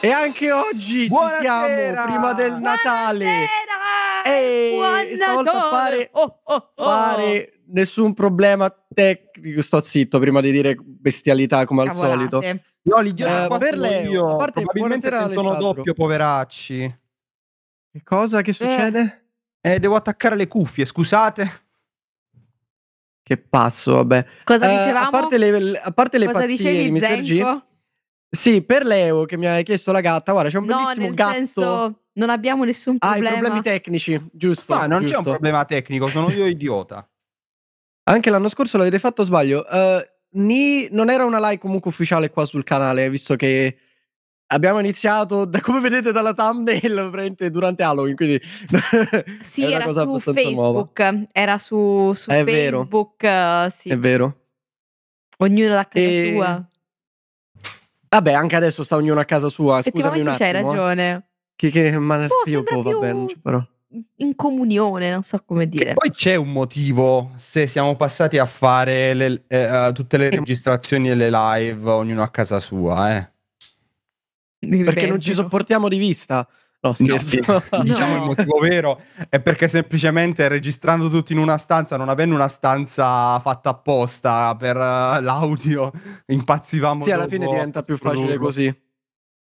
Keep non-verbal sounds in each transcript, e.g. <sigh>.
E anche oggi ci Buonasera! siamo, prima del Natale. Buonasera! E Buon stavolta Natale! fare- Oh, oh, oh! Fare nessun problema tecnico. Sto zitto prima di dire bestialità come al Cavolate. solito. No, l'idiota Eh, qua per sono Leo, io. a parte, probabilmente buonasera, sentono Alessandro. doppio, poveracci. Che cosa che succede? Eh, devo attaccare le cuffie, scusate. Che pazzo, vabbè. Cosa Eh, dicevamo? a parte le, a parte le Cosa pazzie di dicevi, Mr. G. Zenko? Sì, per Leo che mi ha chiesto la gatta, guarda, c'è un No, bellissimo nel gatto. senso non abbiamo nessun Ah, i problema. problemi tecnici, giusto? Ma non c'è un giusto. problema tecnico, sono <laughs> io idiota. Anche l'anno scorso l'avete fatto sbaglio. Eh, ni- non era una live comunque ufficiale qua sul canale, visto che abbiamo iniziato, da- come vedete dalla thumbnail, <laughs> veramente durante Halloween, quindi <laughs> sì, è una era cosa su abbastanza nuova. Facebook, era su, su È vero. Facebook, eh, sì. È vero. ognuno da casa E- sua. Vabbè, anche adesso sta ognuno a casa sua, scusami un Effettivamente attimo. c'hai eh. ragione. Che, che- ma io sembra boh, vabbè, più- non c'è però. In comunione, non so come Che dire. poi c'è un motivo se siamo passati a fare le- eh, a tutte <laughs> le registrazioni e le live, ognuno a casa sua, eh. Perché non ci sono sopportiamo di vista. No, scherzo. Diciamo No. il motivo vero è perché semplicemente registrando tutti in una stanza, non avendo una stanza fatta apposta per eh, l'audio, impazzivamo. <laughs> sì, alla dopo fine a diventa più facile produrlo. così.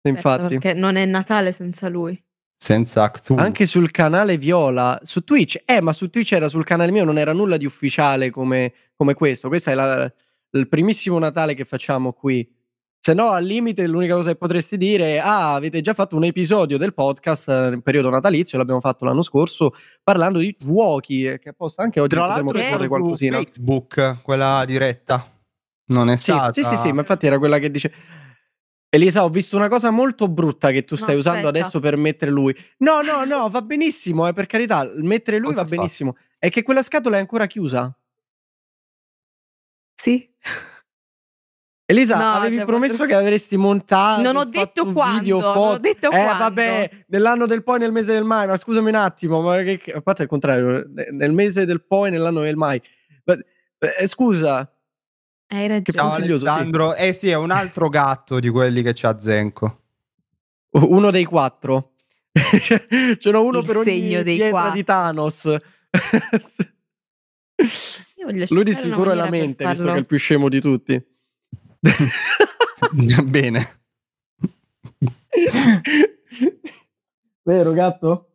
Infatti. Perché non è Natale senza lui. Senza Act Two. Anche sul canale Viola, su Twitch, eh, ma su Twitch era sul canale mio, non era nulla di ufficiale come, come questo. Questo è la- il primissimo Natale che facciamo qui. Se no, al limite, l'unica cosa che potresti dire è: Ah, avete già fatto un episodio del podcast eh, nel periodo natalizio, l'abbiamo fatto l'anno scorso, parlando di vuoti, eh, che apposta anche oggi Tra potremmo l'altro potremmo è proporre su qualcosina. Facebook, quella diretta. Non è Sì, stata. sì, sì, sì, ma infatti era quella che dice. Elisa, ho visto una cosa molto brutta che tu No, stai usando aspetta. adesso per mettere lui. No, no, no, va benissimo, eh, per carità, mettere lui Cosa va fa? benissimo. È che quella scatola è ancora chiusa. Sì. Elisa, No, avevi cioè, promesso proprio- che avresti montato non ho Ah, fatto detto un quando, video, non foto. ho detto eh, quando. vabbè, nell'anno del poi, nel mese del mai, ma scusami un attimo, ma che, che- a parte il contrario, ne- nel mese del poi, nell'anno del mai. Ma- eh, scusa, Hai ragione. Ciao puntiglioso, sì. Alessandro. Eh sì, è un altro gatto di quelli che c'ha Zenko. <laughs> uno dei quattro. <laughs> Ce n'ho uno Il per ogni segno dei pietra quattro. di Thanos. <laughs> Io voglio Lui di cercare una sicuro è la maniera per mente, visto farlo. che è il più scemo di tutti. Bene. <laughs> Vero, gatto?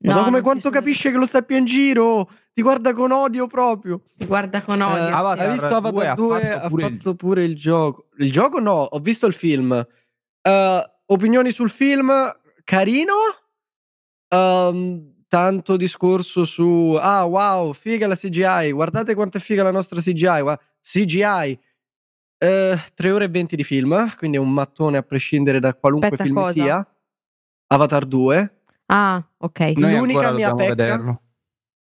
Ma No, come non quanto ci sono- capisce che lo sta più in giro? Ti guarda con odio proprio. Ti guarda con odio. Eh, sì. Avatar. Hai visto Avatar 2? Ha fatto, pure, il... gioco. Il gioco no, ho visto il film. Eh, opinioni sul film? Carino? Ehm, tanto discorso su... Ah, wow, figa la CGI. Guardate quanto è figa la nostra CGI. gua- CGI. Eh, 3 ore e 20 di film, quindi è un mattone a prescindere da qualunque Aspetta, film cosa? sia. Avatar 2. Ah, ok. Noi L'unica ancora mia dobbiamo pecca- vederlo.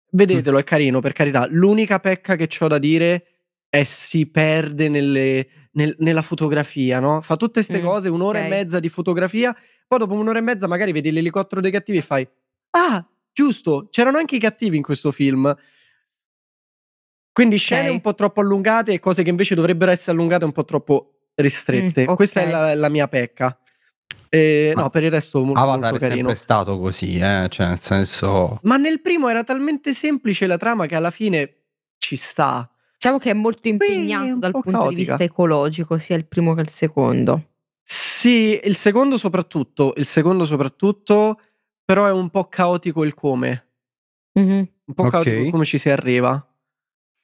Vedetelo, è carino, per carità. L'unica pecca che ho da dire è si perde nelle- nel- nella fotografia, no? Fa tutte queste Mm, cose, un'ora ok. e mezza di fotografia, poi dopo un'ora e mezza magari vedi l'elicottero dei cattivi e fai Ah, giusto, c'erano anche i cattivi in questo film. Quindi scene Ok. un po' troppo allungate e cose che invece dovrebbero essere allungate un po' troppo ristrette. Mm, ok. Questa è la, la mia pecca. E, no, per il resto molto, Avatar molto è carino. sempre stato così, eh? cioè nel senso... Ma nel primo era talmente semplice la trama che alla fine ci sta. Diciamo che è molto Qui è impegnato un dal po' punto di caotica. vista ecologico, sia il primo che il secondo. Sì, il secondo soprattutto, il secondo soprattutto, però è un po' caotico il come, Mhm. un po' Ok. caotico il come ci si arriva.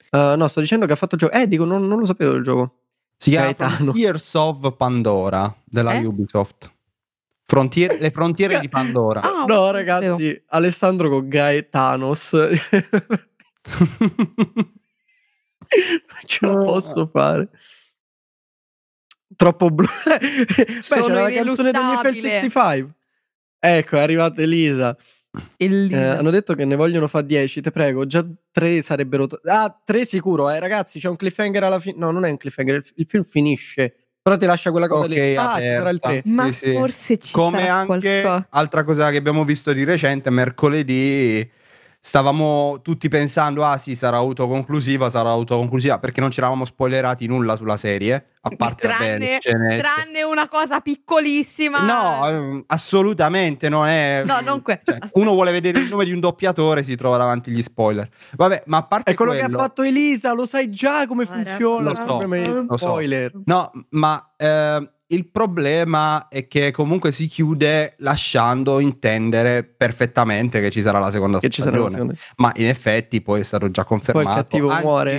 Eh, no, sto dicendo che ha fatto il gioco. Eh, dico, non, non lo sapevo il gioco. Si chiama Gaetano. Frontiers of Pandora della Eh? Ubisoft. Frontier- le frontiere di Pandora. <laughs> Ah, no, lo ragazzi, sapevo. Alessandro con Gaetanos. <laughs> Ce la Oh. posso fare. Troppo blu. <laughs> Beh, Sono c'era la canzone degli ineluttabile. FL65. Ecco, è arrivata Elisa. Eh, Elisa. hanno detto che ne vogliono fa 10, te prego. Già 3 sarebbero. to- ah, 3 sicuro, eh, ragazzi. C'è un cliffhanger alla fine. No, non è un cliffhanger. Il, il film finisce. Però ti lascia quella cosa Ok, lì. Ah, ci aperta. sarà il 3. Ma Sì, sì. forse ci Come sarà anche qualcosa. altra cosa che abbiamo visto di recente, mercoledì stavamo tutti pensando, ah sì, sarà autoconclusiva, sarà autoconclusiva, perché non ci eravamo spoilerati nulla sulla serie, a parte la Tranne- bene, scenette. Tranne una cosa piccolissima. Eh, cioè No, ehm, assolutamente non è... No, non que- cioè, aspetta. uno vuole vedere il nome di un doppiatore si trova davanti agli spoiler. Vabbè, ma a parte È quello che ha quello- fatto Elisa, lo sai già come Guarda, funziona. Lo so, il problema degli lo so. spoiler. No, ma ehm, il problema è che comunque si chiude lasciando intendere perfettamente che ci sarà la seconda Che ci sarà la stagione. seconda. Ma in effetti poi è stato già confermato. cattivo Anzi, muore.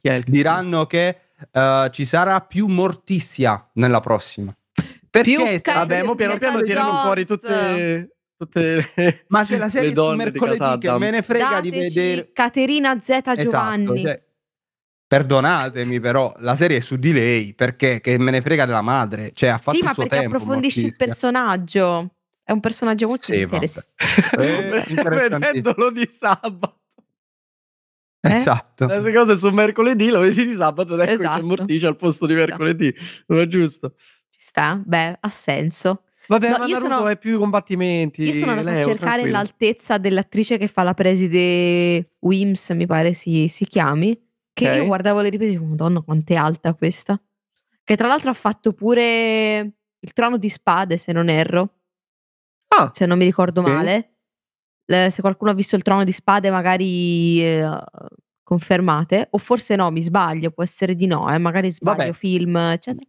Chi è il- diranno che eh, ci sarà più mortizia nella prossima. Più Perché sta- cazzo Vabbè, di mo piano piano Metal tirano Jones. fuori tutte, tutte le... ma se la serie le è su donne di casa mercoledì che me Adams. ne frega di Dateci vedere Caterina Z Giovanni. Esatto, cioè, perdonatemi però, la serie è su di lei perché che me ne frega della madre, cioè ha fatto sì, ma il suo perché tempo. approfondisci il Mortizia. personaggio. È un personaggio molto Sì, vabbè. interessante. Eh, interessantissimo. Vedendolo di sabato. eh? Esatto. Le cose su mercoledì, lo vedi di sabato ed ecco Esatto. c'è Morticia al posto di mercoledì. Non è giusto. Ci sta? Beh, ha senso. Vabbè, No, ma io Naruto sono- è più combattimenti. Io sono andata a Leo, cercare tranquillo. l'altezza dell'attrice che fa la preside Wims, mi pare si, si chiami, che Ok. io guardavo le riprese e dicevo, madonna quanto è alta questa. Che tra l'altro ha fatto pure il trono di spade, se non erro, Ah, se non mi ricordo Ok. male. Le- se qualcuno ha visto il trono di spade magari eh, confermate, o forse no, mi sbaglio, può essere di no, eh, magari sbaglio, Vabbè. film, eccetera.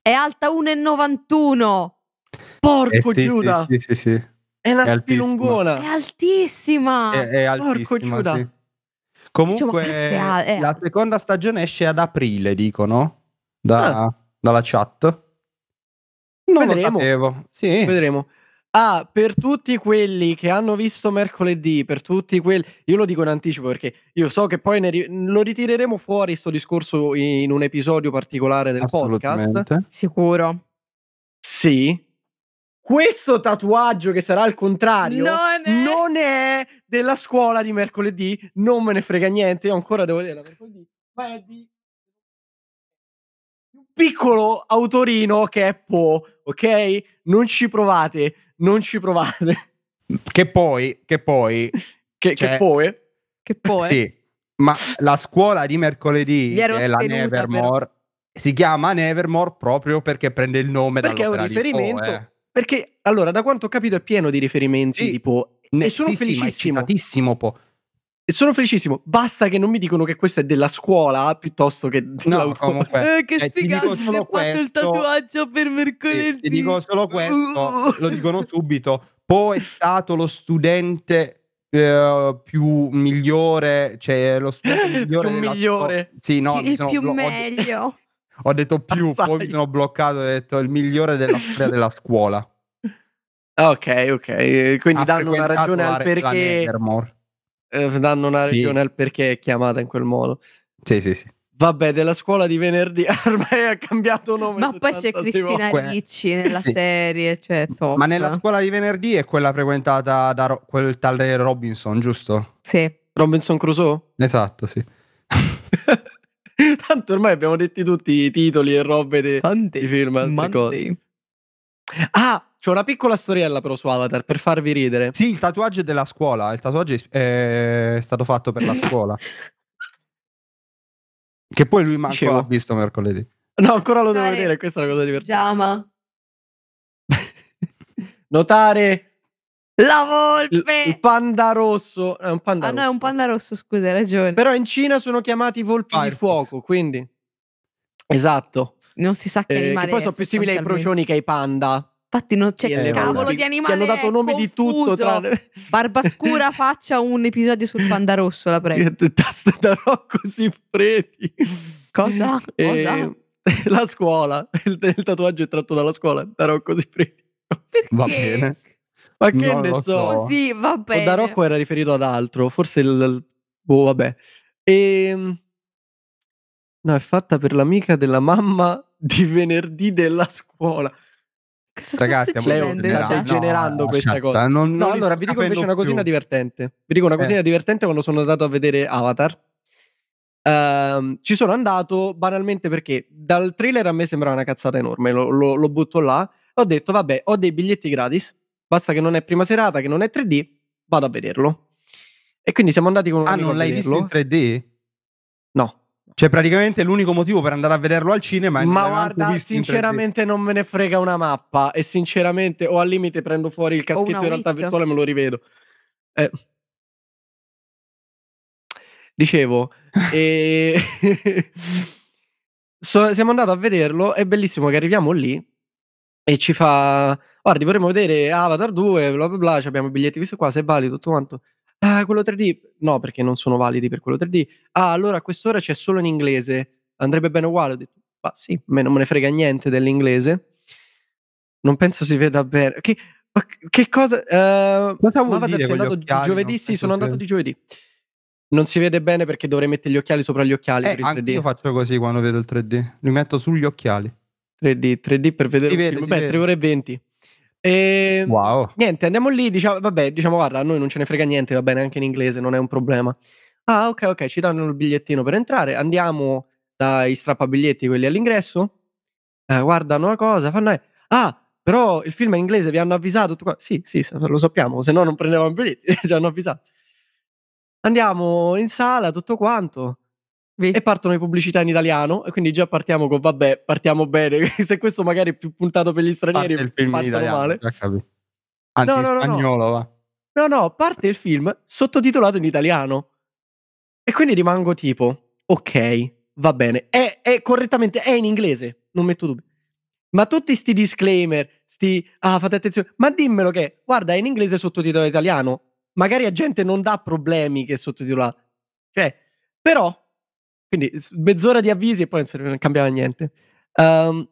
È alta 1,91, Eh, porco sì, sì, Giuda. sì, sì, sì. È una È altissimo. è spilungona. altissima. È, è altissima, Giuda. sì. Comunque Dicevo, questa è al- è la alta. seconda stagione esce ad aprile, dicono, da- dalla chat. Non Ah. Vedremo. lo sapevo. Sì. Vedremo. Ah, per tutti quelli che hanno visto mercoledì, per tutti quelli... Io lo dico in anticipo perché io so che poi ne ri- lo ritireremo fuori sto discorso in un episodio particolare del podcast. Assolutamente. Sicuro. Sì. Questo tatuaggio che sarà al contrario Non è- non è della scuola di mercoledì, non me ne frega niente, io ancora devo dire mercoledì, ma è di un piccolo autorino che è Po, ok? Non ci provate, non ci provate. <laughs> Che poi, che poi Che, Cioè, che poi Che poi Eh, Sì, ma la scuola di mercoledì, Mi ero che è la astenuta, Nevermore, si chiama Nevermore proprio perché prende il nome Oh, Perché è un dall'opera di Poe. riferimento. Perché allora, da quanto ho capito, è pieno di riferimenti Sì. di Po. Ne- e sono sì, sì, ma è felicissimo. citatissimo Poe. E sono felicissimo. Basta che non mi dicono che questo è della scuola piuttosto che dell'autore. comunque, Eh, che eh, ti dico figata, solo mi ha fatto il questo, tatuaggio per mercoledì. Sì, ti dico solo questo, lo dicono <laughs> subito. Poe è stato lo studente eh, più migliore, cioè lo studente migliore. Più della- migliore. Sì, no, mi il sono più blo- ho de- <laughs> meglio. Ho detto più, poi Assai. mi sono bloccato e ho detto il migliore della storia della scuola. Ah, Ok, ok. Quindi Ha danno una frequentato ragione la- al la perché. Nevermore. eh, danno Sì. una ragione al perché è chiamata in quel modo. Sì, sì, sì. Vabbè, della scuola di venerdì <laughs> ormai ha cambiato nome. Ma poi c'è 76 volte. Cristina volte. Ricci nella Sì. serie, cioè top. Ma nella scuola di venerdì è quella frequentata da Ro- quel tale Robinson, giusto? Sì. Robinson Crusoe? <laughs> Esatto, sì. Tanto ormai abbiamo detti tutti i titoli e robe di, Sunday, di film. e altre cose. Monday. Ah, c'è una piccola storiella però su Avatar per farvi ridere. Sì, il tatuaggio è della scuola, il tatuaggio è- è stato fatto per la <laughs> scuola, che poi lui manco Dicevo. l'ha visto mercoledì. No, ancora lo devo Notare- vedere, questa è una cosa divertente. Giama. Notare La il, volpe. il panda rosso. È un panda ah no, è rosso. un panda rosso, scusa, hai ragione. Però in Cina sono chiamati volpi Firefox. di fuoco, quindi... Esatto. non si sa che Eh, animale che poi è sono più simili ai procioni sostanzialmente. che ai panda. Infatti non c'è Sì, che eh, Cioè, cavolo vabbè. di Che animale. hanno dato è, nomi di tutto confuso. <laughs> tranne... <laughs> Barbascura faccia un episodio sul panda rosso, la prego. Tasta da Rocco Siffredi. Cosa? Cosa? <laughs> La scuola. Il, il tatuaggio è tratto dalla scuola da Rocco Siffredi. Va Perché? bene. Ma che Non ne lo so. so. O Così, va bene. da Rocco era riferito ad altro, forse il... il- Boh, vabbè. Ehm, No, è fatta per l'amica della mamma <laughs> di venerdì della scuola. Cosa sta Ragazzi, stiamo Leo, succedendo? Esatto. state degenerando. generando questa lasciate, cosa. non- non No, li allora sto vi dico invece capendo una cosina più. divertente. Vi dico una cosina Eh. divertente quando sono andato a vedere Avatar. Ehm, ci sono andato banalmente perché dal trailer a me sembrava una cazzata enorme, lo, lo- lo butto là. Ho detto, vabbè, ho dei biglietti gratis, basta che non è prima serata, che non è 3D, vado a vederlo. E quindi siamo andati con un Ah, amico non a l'hai visto vederlo. in 3D? No. Cioè, praticamente l'unico motivo per andare a vederlo al cinema è non Ma l'avevo neanche guarda, visto in 3D. sinceramente non me ne frega una mappa. E sinceramente, o al limite prendo fuori il caschetto una in realtà Wii. virtuale e me lo rivedo. Eh. <laughs> Dicevo, e- <laughs> so- siamo andati a vederlo. È bellissimo che arriviamo lì e ci fa. Guardi, vorremmo vedere Avatar 2, bla bla bla. ci Abbiamo i biglietti visto qua, se è valido, tutto quanto. Ah, quello 3D. No, perché non sono validi per quello 3D. Ah, allora a quest'ora c'è solo in inglese. Andrebbe bene uguale. Ho detto, ma sì, me non me ne frega niente dell'inglese. Non penso si veda bene. Che, ma che cosa? eh, Cosa vuol ma Avatar dire sei con gli andato occhiali? giovedì? Non Sì, penso sono andato che- di giovedì. Non si vede bene perché dovrei mettere gli occhiali sopra gli occhiali. Eh, per il anche 3D. io faccio così quando vedo il 3D. Li metto sugli occhiali. 3D, 3D per vedere Si un vede, film. si Beh, vede. 3 ore e Ehm, 20. E Wow. niente, andiamo lì, diciamo, vabbè, diciamo, guarda, a noi non ce ne frega niente, va bene anche in inglese, non è un problema. Ah, ok, ok, ci danno il bigliettino per entrare, andiamo dai strappabiglietti, quelli all'ingresso, eh, guardano la cosa, fanno, eh, ah, però il film è in inglese, vi hanno avvisato, tutto qua. Sì, sì, sa- lo sappiamo, se no non prendevamo i biglietti, <laughs> ci hanno avvisato. Andiamo in sala, tutto quanto e partono le pubblicità in italiano e quindi già partiamo con vabbè partiamo bene <laughs> se questo magari è più puntato per gli stranieri Parte il film in partono italiano. male già capito. Anzi, No, no, no, in no. spagnolo, va. no no parte il film sottotitolato in italiano e quindi rimango tipo ok va bene è, è correttamente è in inglese non metto dubbi ma tutti sti disclaimer sti ah fate attenzione ma dimmelo che guarda è in inglese sottotitolato in italiano magari a gente non dà problemi che è sottotitolato cioè però quindi s- mezz'ora di avvisi e poi non serve- non cambiava niente Ehm,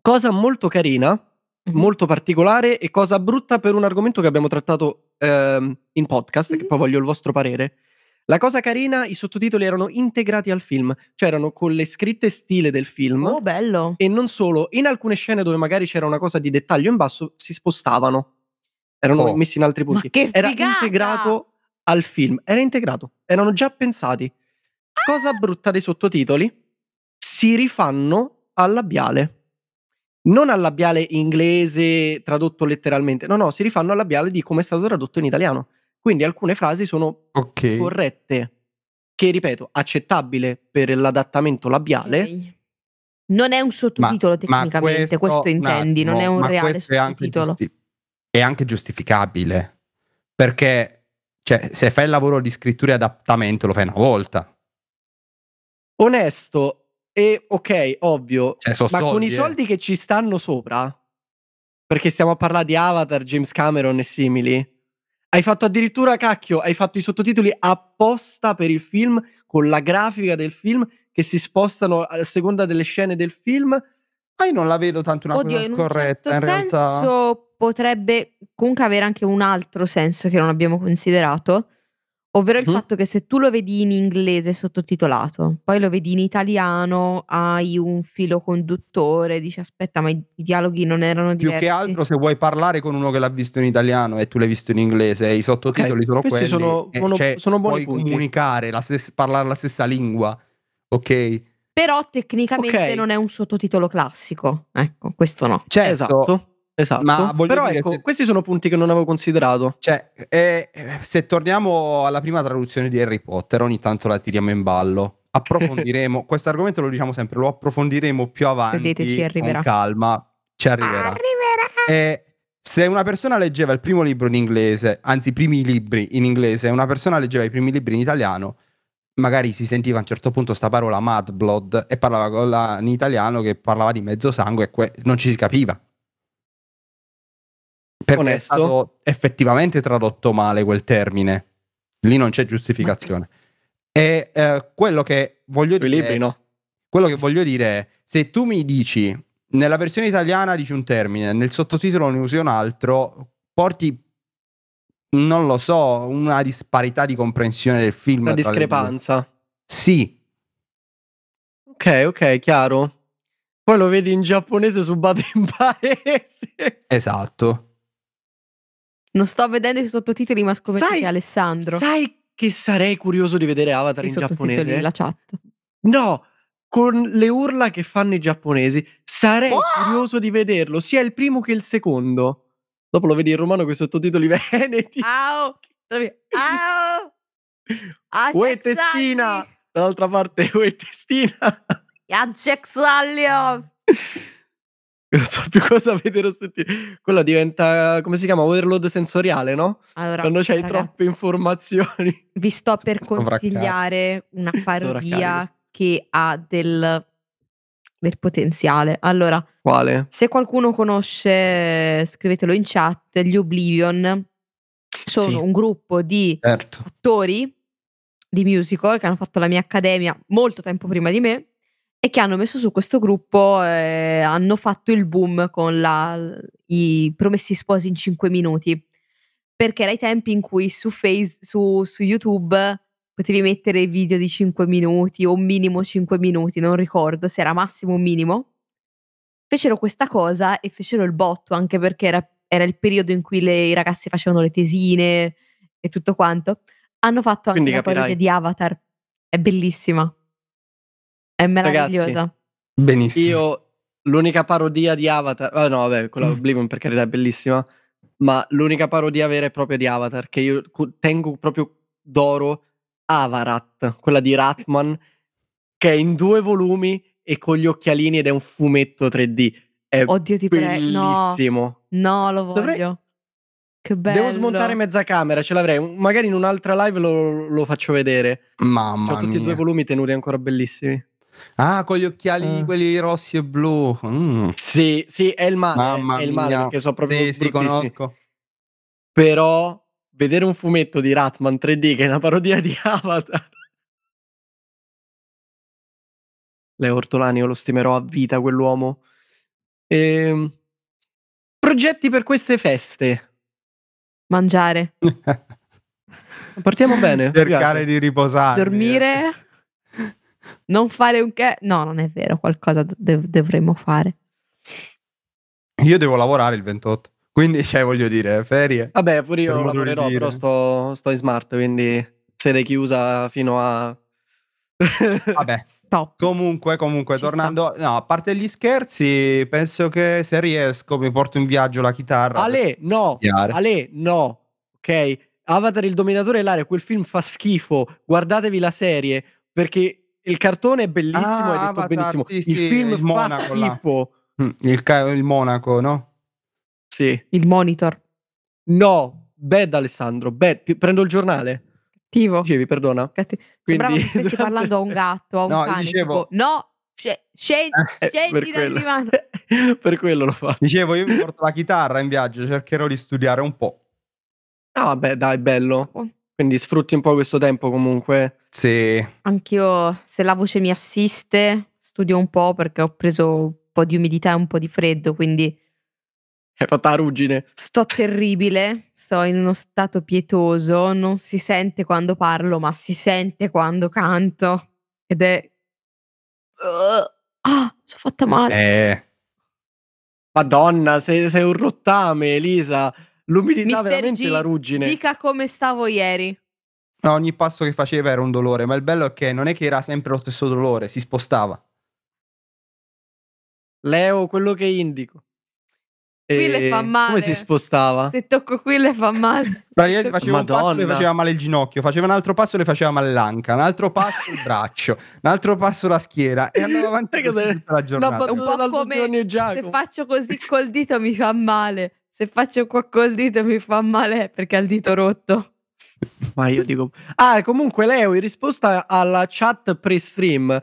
cosa molto carina Mhm. molto particolare e cosa brutta per un argomento che abbiamo trattato ehm, in podcast che Mhm. poi voglio il vostro parere la cosa carina i sottotitoli erano integrati al film cioè erano con le scritte stile del film Oh, bello. e non solo, in alcune scene dove magari c'era una cosa di dettaglio in basso, si spostavano. Erano Oh. messi in altri Ma punti. che Era figata! integrato al film, era integrato, erano già pensati. Cosa brutta dei sottotitoli? Si rifanno al labiale. Non al labiale inglese tradotto letteralmente, no, no, si rifanno al labiale di come è stato tradotto in italiano. Quindi alcune frasi sono Ok. corrette, che ripeto, accettabile per l'adattamento labiale. Ok. Non è un sottotitolo tecnicamente, questo, un intendi, non è attimo, un ma reale questo è anche sottotitolo. giusti- è anche giustificabile. Perché cioè, se fai il lavoro di scrittura e adattamento lo fai una volta. onesto e ok, ovvio, Cioè, so ma con soldi, i eh. soldi che ci stanno sopra, perché stiamo a parlare di Avatar, James Cameron e simili, hai fatto addirittura cacchio, hai fatto i sottotitoli apposta per il film, con la grafica del film, che si spostano a seconda delle scene del film. Ma Ah, io non la vedo tanto una Oddio, cosa in un scorretta. certo in realtà, senso potrebbe comunque avere anche un altro senso che non abbiamo considerato, ovvero il Mhm. fatto che se tu lo vedi in inglese sottotitolato, poi lo vedi in italiano, hai un filo conduttore, dici aspetta, ma i i dialoghi non erano più diversi. che altro, se vuoi parlare con uno che l'ha visto in italiano e tu l'hai visto in inglese, e i sottotitoli Ok, sono questi quelli. sono- eh, sono- cioè, sono buoni puoi punti. comunicare, la stes- parlare la stessa lingua. Ok. Però tecnicamente Ok. non è un sottotitolo classico. Ecco, questo no. Certo, Esatto. Esatto. Ma voglio Però dire, ecco, se- questi sono punti che non avevo considerato. Cioè, eh, eh, se torniamo alla prima traduzione di Harry Potter, ogni tanto la tiriamo in ballo. <laughs> Approfondiremo questo argomento, lo diciamo sempre, lo approfondiremo più avanti Credeteci, con arriverà. calma. Ci arriverà. E Eh, se una persona leggeva il primo libro in inglese, anzi i primi libri in inglese, e una persona leggeva i primi libri in italiano, magari si sentiva a un certo punto sta parola mad blood e parlava con la- in italiano che parlava di mezzo sangue e que- non ci si capiva. Perché è Onesto. stato effettivamente tradotto male quel termine. Lì non c'è giustificazione. E eh, quello che voglio Sui dire libri no. quello che voglio dire è, se tu mi dici, nella versione italiana dici un termine, nel sottotitolo ne usi un altro, porti, non lo so, una disparità di comprensione del film. Una tra le due. discrepanza. Sì, Ok, ok, chiaro. Poi lo vedi in giapponese subato in paese. esatto. Non sto vedendo i sottotitoli, ma scommetto Sai- che Alessandro. Sai che sarei curioso di vedere Avatar I in sottotitoli, giapponese? la chat. No, con le urla che fanno i giapponesi. Sarei Ah! curioso di vederlo, sia il primo che il <laughs> secondo. Dopo lo vedi in romano con i sottotitoli veneti. Au! Dove- Au! Uè testina! Dall'altra parte, <laughs> uè testina! Ajax Allio! Non so più cosa vedere o sentire. Quella diventa, come si chiama, overload sensoriale, no? Allora, Quando c'hai ragazzi, troppe informazioni. vi sto per Sovraccarico. consigliare <laughs> una parodia Sovraccarico. che ha del, del potenziale. Allora, Quale? se qualcuno conosce, scrivetelo in chat, gli Oblivion sono Sì. un gruppo di Certo. attori di musical che hanno fatto la mia accademia molto tempo prima di me e che hanno messo su questo gruppo, eh, hanno fatto il boom con la- i Promessi Sposi in 5 minuti, perché era i tempi in cui su, Face- su- su YouTube potevi mettere video di 5 minuti o minimo 5 minuti, non ricordo se era massimo o minimo. Fecero questa cosa e fecero il botto anche perché era, era il periodo in cui le- i ragazzi facevano le tesine e tutto quanto. Hanno fatto anche Quindi una parodia capirai. di Avatar. È bellissima. È meravigliosa. Benissimo. Io, l'unica parodia di Avatar, ah, no, vabbè, Mm. quella Oblivion per carità è bellissima, ma l'unica parodia vera e propria di Avatar che io cu- tengo proprio d'oro, Avarat, quella di Ratman, che è in due volumi e con gli occhialini ed è un fumetto 3D. È Oddio, ti prego. No, bellissimo. no, lo voglio. Dovrei- Che bello. Devo smontare mezza camera, ce l'avrei. Un- Magari in un'altra live lo, lo faccio vedere. Mamma Ho tutti e mia. due i volumi tenuti ancora bellissimi. Ah, con gli occhiali Eh. quelli rossi e blu. Mm. Sì, sì, è il male. Mamma è il male mia. perché so proprio Sì, sì, bruttissimi. conosco. Però vedere un fumetto di Ratman 3D che è una parodia di <laughs> Avatar. Leo Ortolani, io lo stimerò a vita quell'uomo. Ehm, progetti per queste feste. Mangiare, Partiamo <laughs> bene. Cercare di eh. riposare. dormire, eh. <laughs> non fare un che. No, non è vero. Qualcosa de- dovremmo fare. Io devo lavorare il 28. Quindi, cioè, voglio dire, <laughs> ferie. Vabbè, pure io Per modo di lavorerò, dire. però sto, sto in smart, quindi sede chiusa fino a... Vabbè. Top. Comunque, comunque, Ci tornando, no, a parte gli scherzi, penso che se riesco mi porto in viaggio la chitarra. Ale, no! per studiare. Ale, no! Ok? Avatar il dominatore dell'aria, quel film fa schifo, guardatevi la serie, perché il cartone è bellissimo, Ah, hai detto Avatar, benissimo, sì, il sì, film il fa Monaco, là. schifo. Mm, Il, ca- il Monaco, no? Sì. Il monitor. No, bad Alessandro, bad. Pi- Prendo il giornale. Cattivo. Dicevi, perdona. <laughs> Catti- Quindi- esatto. Sembrava che stessi parlando a un gatto, a un No, cane. dicevo- tipo, no, sce- scendi, <laughs> Eh, scendi dal quello. divano. per quello lo fa. Dicevo, io mi porto la chitarra in viaggio, cercherò di studiare un po'. Ah, vabbè, dai, bello. Oh. Quindi sfrutti un po' questo tempo comunque. Sì, Anch'io, se la voce mi assiste, studio un po' perché ho preso un po' di umidità e un po' di freddo, quindi Hai fatta la ruggine. sto terribile, sto in uno stato pietoso, non si sente quando parlo, ma si sente quando canto. Ed è... Ah, ah, mi sono fatta male. eh, Madonna, sei, sei un rottame, Elisa. L'umidità Mister veramente G, la ruggine. Dica come stavo ieri. ogni passo che faceva era un dolore, ma il bello è che non è che era sempre lo stesso dolore, si spostava. Leo, quello che indico. Qui le Eh, fa male. Come si Ah. spostava? Se tocco qui le fa male. <laughs> Praticamente faceva un passo e le Madonna. faceva male il ginocchio, faceva un altro passo e le faceva male l'anca, un altro passo il braccio, un altro passo la schiena e andava avanti Sai cos'è? così tutta la Una giornata. battuta po' l'altro come giorno e Se Ah, Giacomo. faccio così col dito mi fa male. Se faccio qua col dito mi fa male perché ha il dito rotto. Ma io dico... Ah, comunque Leo, in risposta alla chat pre-stream,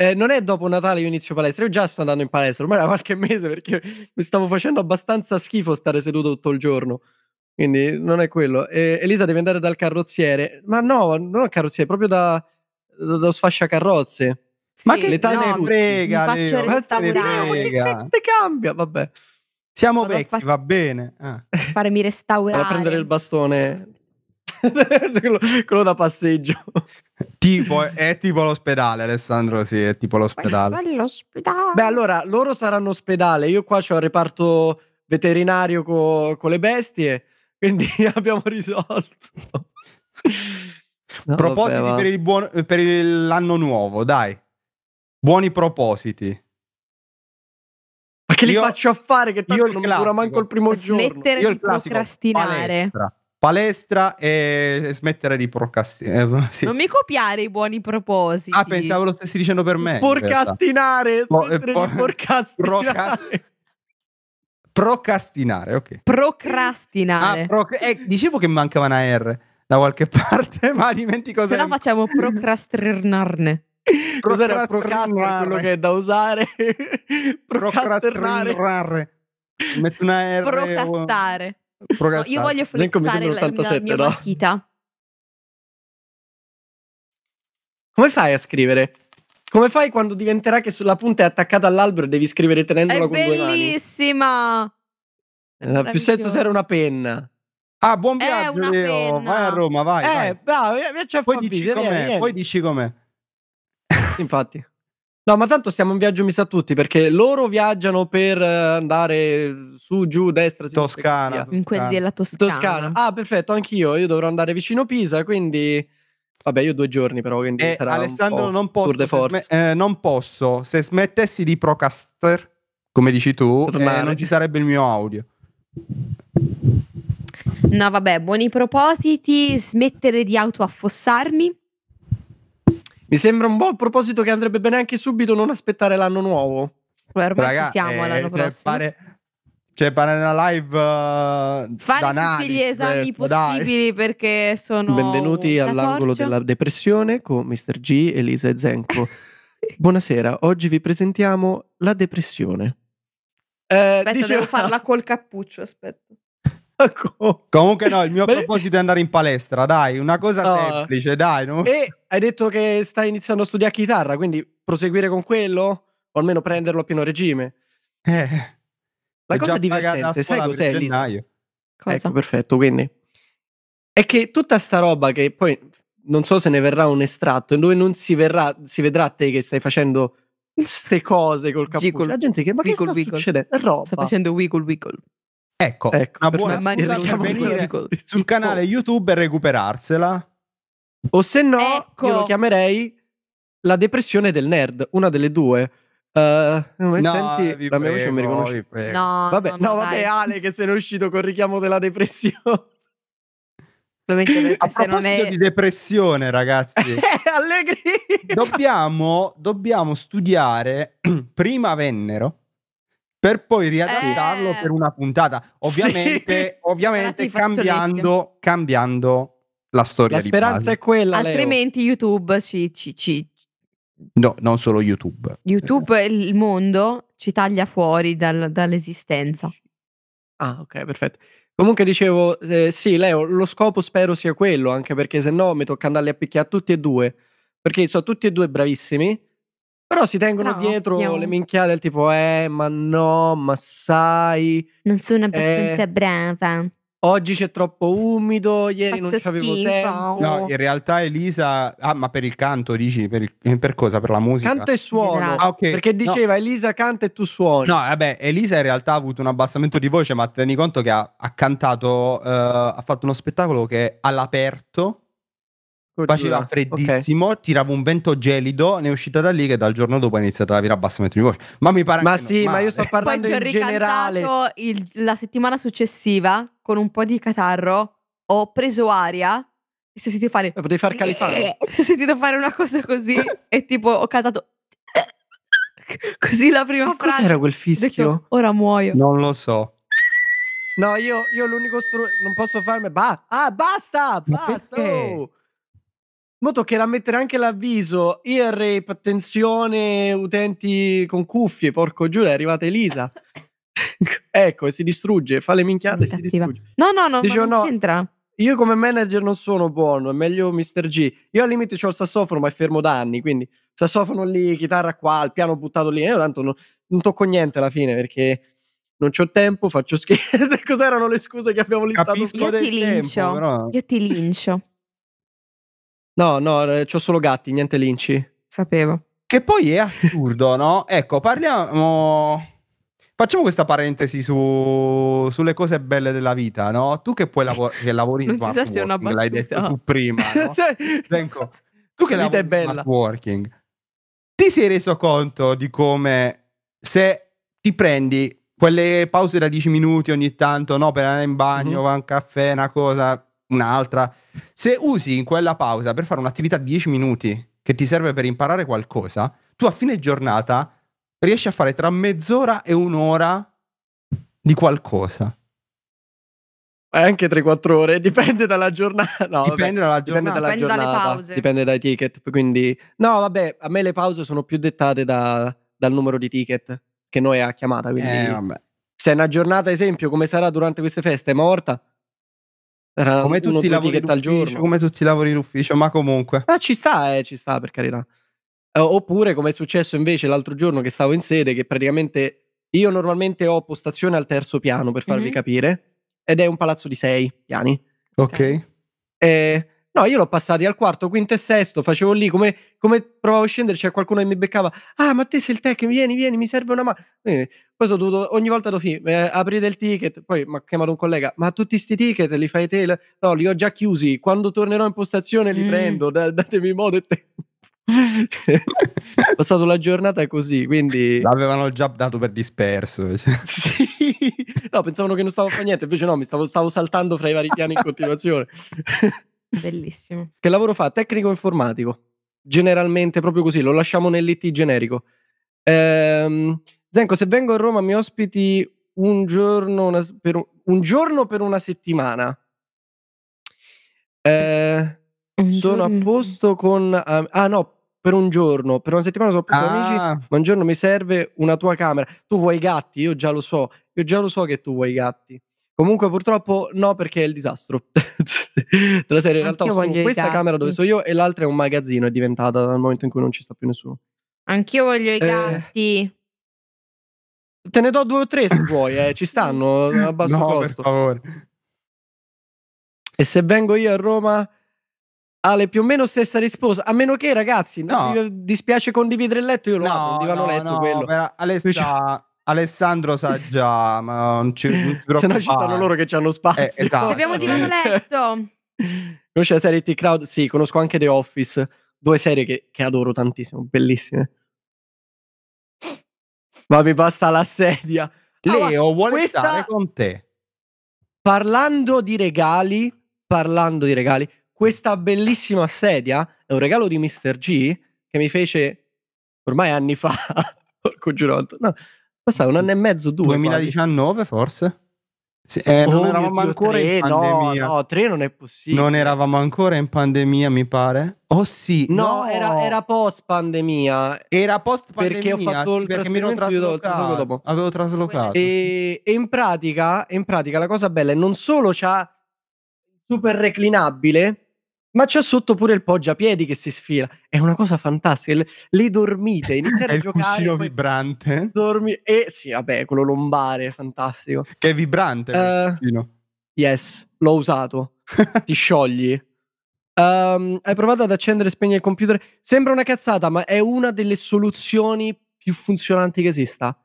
eh, non è dopo Natale io inizio palestra, io già sto andando in palestra, ormai da qualche <laughs> mese perché mi stavo facendo abbastanza schifo stare seduto tutto il giorno. Quindi non è quello. Eh, Elisa deve andare dal carrozziere. Ma no, non dal carrozziere, proprio da, da, da sfasciacarrozze. Ma Sì, che l'età no, ne te ne mi- frega, mi faccio Leo, ma te ne restaurare. Ma frega. che cambia? Vabbè. Siamo Vado a vecchi, fa- va bene. Ah. farmi Vado restaurare. a prendere il bastone. <laughs> quello, quello da passeggio. <laughs> Tipo, è tipo l'ospedale, Alessandro, sì, è tipo l'ospedale. All'ospedale. Beh, allora, loro saranno ospedale. Io qua c'ho il reparto veterinario co- con le bestie. Quindi <laughs> abbiamo risolto. <laughs> No, propositi vabbè, va. per, il buon- per il- l'anno nuovo, dai. Buoni propositi. Ma che li io- faccio a fare? Che tanto io il non mi dura classico. manco il primo giorno. Smettere Io il di classico procrastinare. palestra. palestra e smettere di procrastinare. Eh, sì. Non mi copiare i buoni propositi. Ah, pensavo lo stessi dicendo per me. in realtà. Porcastinare, Mo- e smettere poi- di porcastinare. Proca- Procrastinare, ok. Procrastinare. Ah, proc- eh, dicevo che mancava una R da qualche <laughs> parte, ma dimentico Se no sempre. facciamo procrastinarne. <laughs> Cos'era procrastinare Procrastinare. quello che è da usare? <laughs> Procrastinare. Procrastinare. Metto una R. o- Procrastare. No, procrastare. io voglio Zenko mi flexare sembra la, la mia, 87, mia no? matita. Come fai a scrivere? Come fai quando diventerà che sulla punta è attaccata all'albero e devi scrivere È tenendola con due mani? bellissima. Non ha più senso se era una penna. Ah, buon Eh, viaggio, una Leo. penna. Vai a Roma, vai. vai. eh, bravo, mi c'è Poi dici com'è, poi dici com'è. Infatti. No, ma tanto stiamo in viaggio, mi sa tutti, perché loro viaggiano per eh, andare su, giù, destra, sinistra. e Toscana. così via. In quelli della Toscana. Toscana. Ah, perfetto, anch'io. Io dovrò andare vicino Pisa, quindi... Vabbè, io due giorni però, quindi E sarà un Eh, Alessandro po' non tour posso, de se force. sme- eh, non posso. Se smettessi di procaster, come dici tu, eh, Tornare. non ci sarebbe il mio audio. No, vabbè, buoni propositi, smettere di autoaffossarmi. Mi sembra un buon proposito che andrebbe bene anche subito non aspettare l'anno nuovo. Beh, Ormai Raga, ci siamo eh, l'anno cioè, prossimo. Pare, cioè, pare una live eh, Fare d'analisi, tutti gli esami questo, eh, dai. possibili perché sono Benvenuti una all'angolo torcia. della depressione con Mr. G, Elisa e Zenko. <laughs> Buonasera, oggi vi presentiamo la depressione. Eh, Aspetta, dicevo- <laughs> devo farla col cappuccio, aspetta. Ecco. Comunque no, il mio Beh- proposito è andare in palestra, dai, una cosa No. Eh. semplice, dai. no? E hai detto che stai iniziando a studiare chitarra, quindi proseguire con quello? O almeno prenderlo a pieno regime? Eh, La è già pagata a cosa divertente, sai scuola per cos'è, Elisa? gennaio. Cosa? Ecco, perfetto, quindi. È che tutta sta roba che poi non so se ne verrà un estratto, dove non si, verrà, si vedrà a te che stai facendo queste cose col cappuccio. Gicol- La gente che, ma che wiggle, sta wiggle. succedendo? È roba. Sta facendo wiggle wiggle. Ecco, Ecco, una perfetto. buona Mamma mia, scusa per raga, venire dico- sul canale YouTube e recuperarsela. O se no, Ecco. io lo chiamerei la depressione del nerd, una delle due. Eh, come senti, vi la mia voce non mi prego, riconosce. vi prego. No, Vabbè, no, no, no, vabbè, dai. Ale che se n'è uscito col richiamo della depressione. Solamente <laughs> perché A se non proposito è- di depressione, ragazzi, Allegri. dobbiamo, dobbiamo studiare <clears throat> prima Vennero per poi riadattarlo Eh. per una puntata. Ovviamente, <laughs> ovviamente Guardate i fazzoletti. cambiando, cambiando la storia La speranza di è quella, Leo. Altrimenti YouTube ci- ci- ci, base. No, non solo YouTube. YouTube, il mondo ci taglia fuori dal- dall'esistenza. Ah, ok, perfetto. Comunque dicevo, eh, sì, Leo, lo scopo spero sia quello, anche perché se no mi tocca andarli a picchiare tutti e due, perché sono tutti e due bravissimi, però si tengono Bravo, dietro andiamo. le minchiate del tipo, eh, ma no, ma sai, Non sono abbastanza abbastanza brava. oggi c'è troppo umido, ieri non Fatto c'avevo schifo." oh. tempo. No, in realtà Elisa... Ah, ma per il canto, dici? Per, il- eh, per cosa? Per la musica? Canto e suono, generale. Ah, ok. perché No. diceva Elisa canta e tu suoni. No, vabbè, Elisa in realtà ha avuto un abbassamento di voce, ma tieni conto che ha, ha cantato, eh, ha fatto uno spettacolo che all'aperto Oddio, faceva ok. freddissimo, tirava un vento gelido, ne è uscita da lì che dal giorno dopo ha iniziato ad avere abbassamento di voce. Ma mi pare Ma anche sì, ma normale. io sto Poi parlando ci ho in generale. ricantato il- la settimana successiva con un po' di catarro. Ho preso aria e si è sentito fare. Eh, Potevi far califare. <laughs> Si è sentito fare una cosa così <laughs> e tipo ho cantato. <laughs> così la prima Ma frase. cos'era quel Ho detto, fischio? Ora muoio. Non lo so. No, io, io l'unico strumento non posso farmi. Ba- ah, basta! Ma Basta! perché? oh! Mo toccherà mettere anche l'avviso. Ear rape, attenzione, utenti con cuffie. Porco giù, è arrivata Elisa. ecco, e si distrugge, fa le minchiate e si Sono cattiva. distrugge. No, no, no. Dicevo ma non no. c'entra. Io come manager non sono buono, è meglio Mr. G. Io al limite ho il sassofono, ma è fermo da anni, quindi sassofono lì, chitarra qua, il piano buttato lì. Io tanto non, non tocco niente alla fine perché non c'ho tempo, faccio <laughs> schifo. Cos'erano le scuse che abbiamo listato? Capisco Io del ti tempo, lincio. però... <laughs> Io ti lincio. No, no, eh, c'ho solo gatti, niente linci. Sapevo. Che poi è <laughs> assurdo, no? Ecco, parliamo... Facciamo questa parentesi su- sulle cose belle della vita, no? Tu che puoi lavorare, che lavori in Non si sa smart se è una working, l'hai detto battuta. tu prima, Ah, <laughs> <laughs> no? Zenko, tu che La vita lavori è in bella. smart working, ti sei reso conto di come se ti prendi quelle pause da 10 minuti ogni tanto, no, per andare in bagno, Mhm. va un caffè, una cosa, un'altra. Se usi in quella pausa per fare un'attività 10 minuti che ti serve per imparare qualcosa, tu a fine giornata riesci a fare tra mezz'ora e un'ora di qualcosa. Eh, Anche 3-4 ore, <laughs> dipende dalla giornata. No, vabbè, Dipende dalla dipende giornata. dalla Dipende dalle giornata, pause. dipende dai ticket. Quindi, no, vabbè, a me le pause sono più dettate da- dal numero di ticket che noi a chiamata. Quindi, Eh, vabbè. se è una giornata, esempio, come sarà durante queste feste, è morta. Sarà Come uno o tutti i due lavori ticket al d'ufficio, giorno. come tutti i lavori d'ufficio, ma comunque. Ma ci sta, eh, ci sta, per carità. Eh, oppure, come è successo invece l'altro giorno che stavo in sede, che praticamente io normalmente ho postazione al terzo piano, per farvi Mhm. capire, ed è un palazzo di sei piani. Ok. Eh, no, io l'ho passati al quarto, quinto e sesto, facevo lì come, come provavo a scendere, c'era qualcuno che mi beccava, ah ma te sei il tech, vieni, vieni, mi serve una mano. Eh, Poi sono dovuto, ogni volta lo fi- eh, aprire il ticket, poi mi ha chiamato un collega, ma tutti sti ticket li fai te? No, li ho già chiusi, quando tornerò in postazione li Mm. prendo, da- datemi modo e tempo. <laughs> Ho passato la giornata così, quindi... <laughs> L'avevano già dato per disperso. cioè. <laughs> Sì. No, pensavano che non stavo a fare niente, invece no, mi stavo, stavo saltando fra i vari piani in continuazione. Bellissimo. Che lavoro fa? Tecnico informatico. Generalmente proprio così, lo lasciamo nell'IT generico. Ehm, Zenko, se vengo a Roma mi ospiti un giorno, una s- per, un- un giorno per una settimana. Eh, Un sono a giorno- posto con... am- ah no, per un giorno, per una settimana sono a posto con amici, Ah, ma un giorno mi serve una tua camera. Tu vuoi i gatti? Io già lo so, io già lo so che tu vuoi i gatti. Comunque purtroppo no perché è il disastro. <laughs> Della serie in realtà ho Anch'io solo voglio i questa gatti. camera dove so io e l'altra è un magazzino, è diventata dal momento in cui non ci sta più nessuno. Anch'io voglio i Eh. gatti. Te ne do due o <coughs> tre se vuoi, eh, ci stanno a basso no, per costo. favore. E se vengo io a Roma Ale più o meno stessa risposta, a meno che ragazzi, No. mi dispiace condividere il letto, io lo apro, un divano letto no, quello. per- Alessa- <laughs> Alessandro sa già, ma non, ci, non ti <laughs> Se no ci stanno preoccupare. loro che ci hanno spazio. Eh, esatto. Ci <laughs> abbiamo divano eh. letto. Conosci la serie T Crowd? Sì, conosco anche The Office, due serie che, che adoro tantissimo, bellissime. Ma mi basta la sedia. Leo vuole questa- stare con te. Parlando di regali, parlando di regali, questa bellissima sedia è un regalo di Mr. G che mi fece ormai anni fa, <laughs> porco giuranto, no, passava un anno e mezzo, due. quasi. 2019 forse? Sì, eh, Oh non mio eravamo Dio, ancora tre, in pandemia. No, no, tre non è possibile. Non eravamo ancora in pandemia, mi pare. Oh sì, No, Era, era post pandemia. post pandemia. Perché ho fatto il perché mi ero trasferimento, io l'ho traslocato traslocato. dopo. Avevo traslocato. E, e in, pratica, in pratica la cosa bella è non solo c'ha il super reclinabile, ma c'è sotto pure il poggiapiedi che si sfila. È una cosa fantastica. L- Lì dormite, <laughs> È iniziate a il giocare. cuscino poi vibrante. dormi- E sì, vabbè, quello lombare, fantastico. Che è vibrante. quel Eh, cuscino. yes, l'ho usato. Ti sciogli. Ehm, hai provato ad accendere e spegnere il computer? Sembra una cazzata, ma è una delle soluzioni più funzionanti che esista.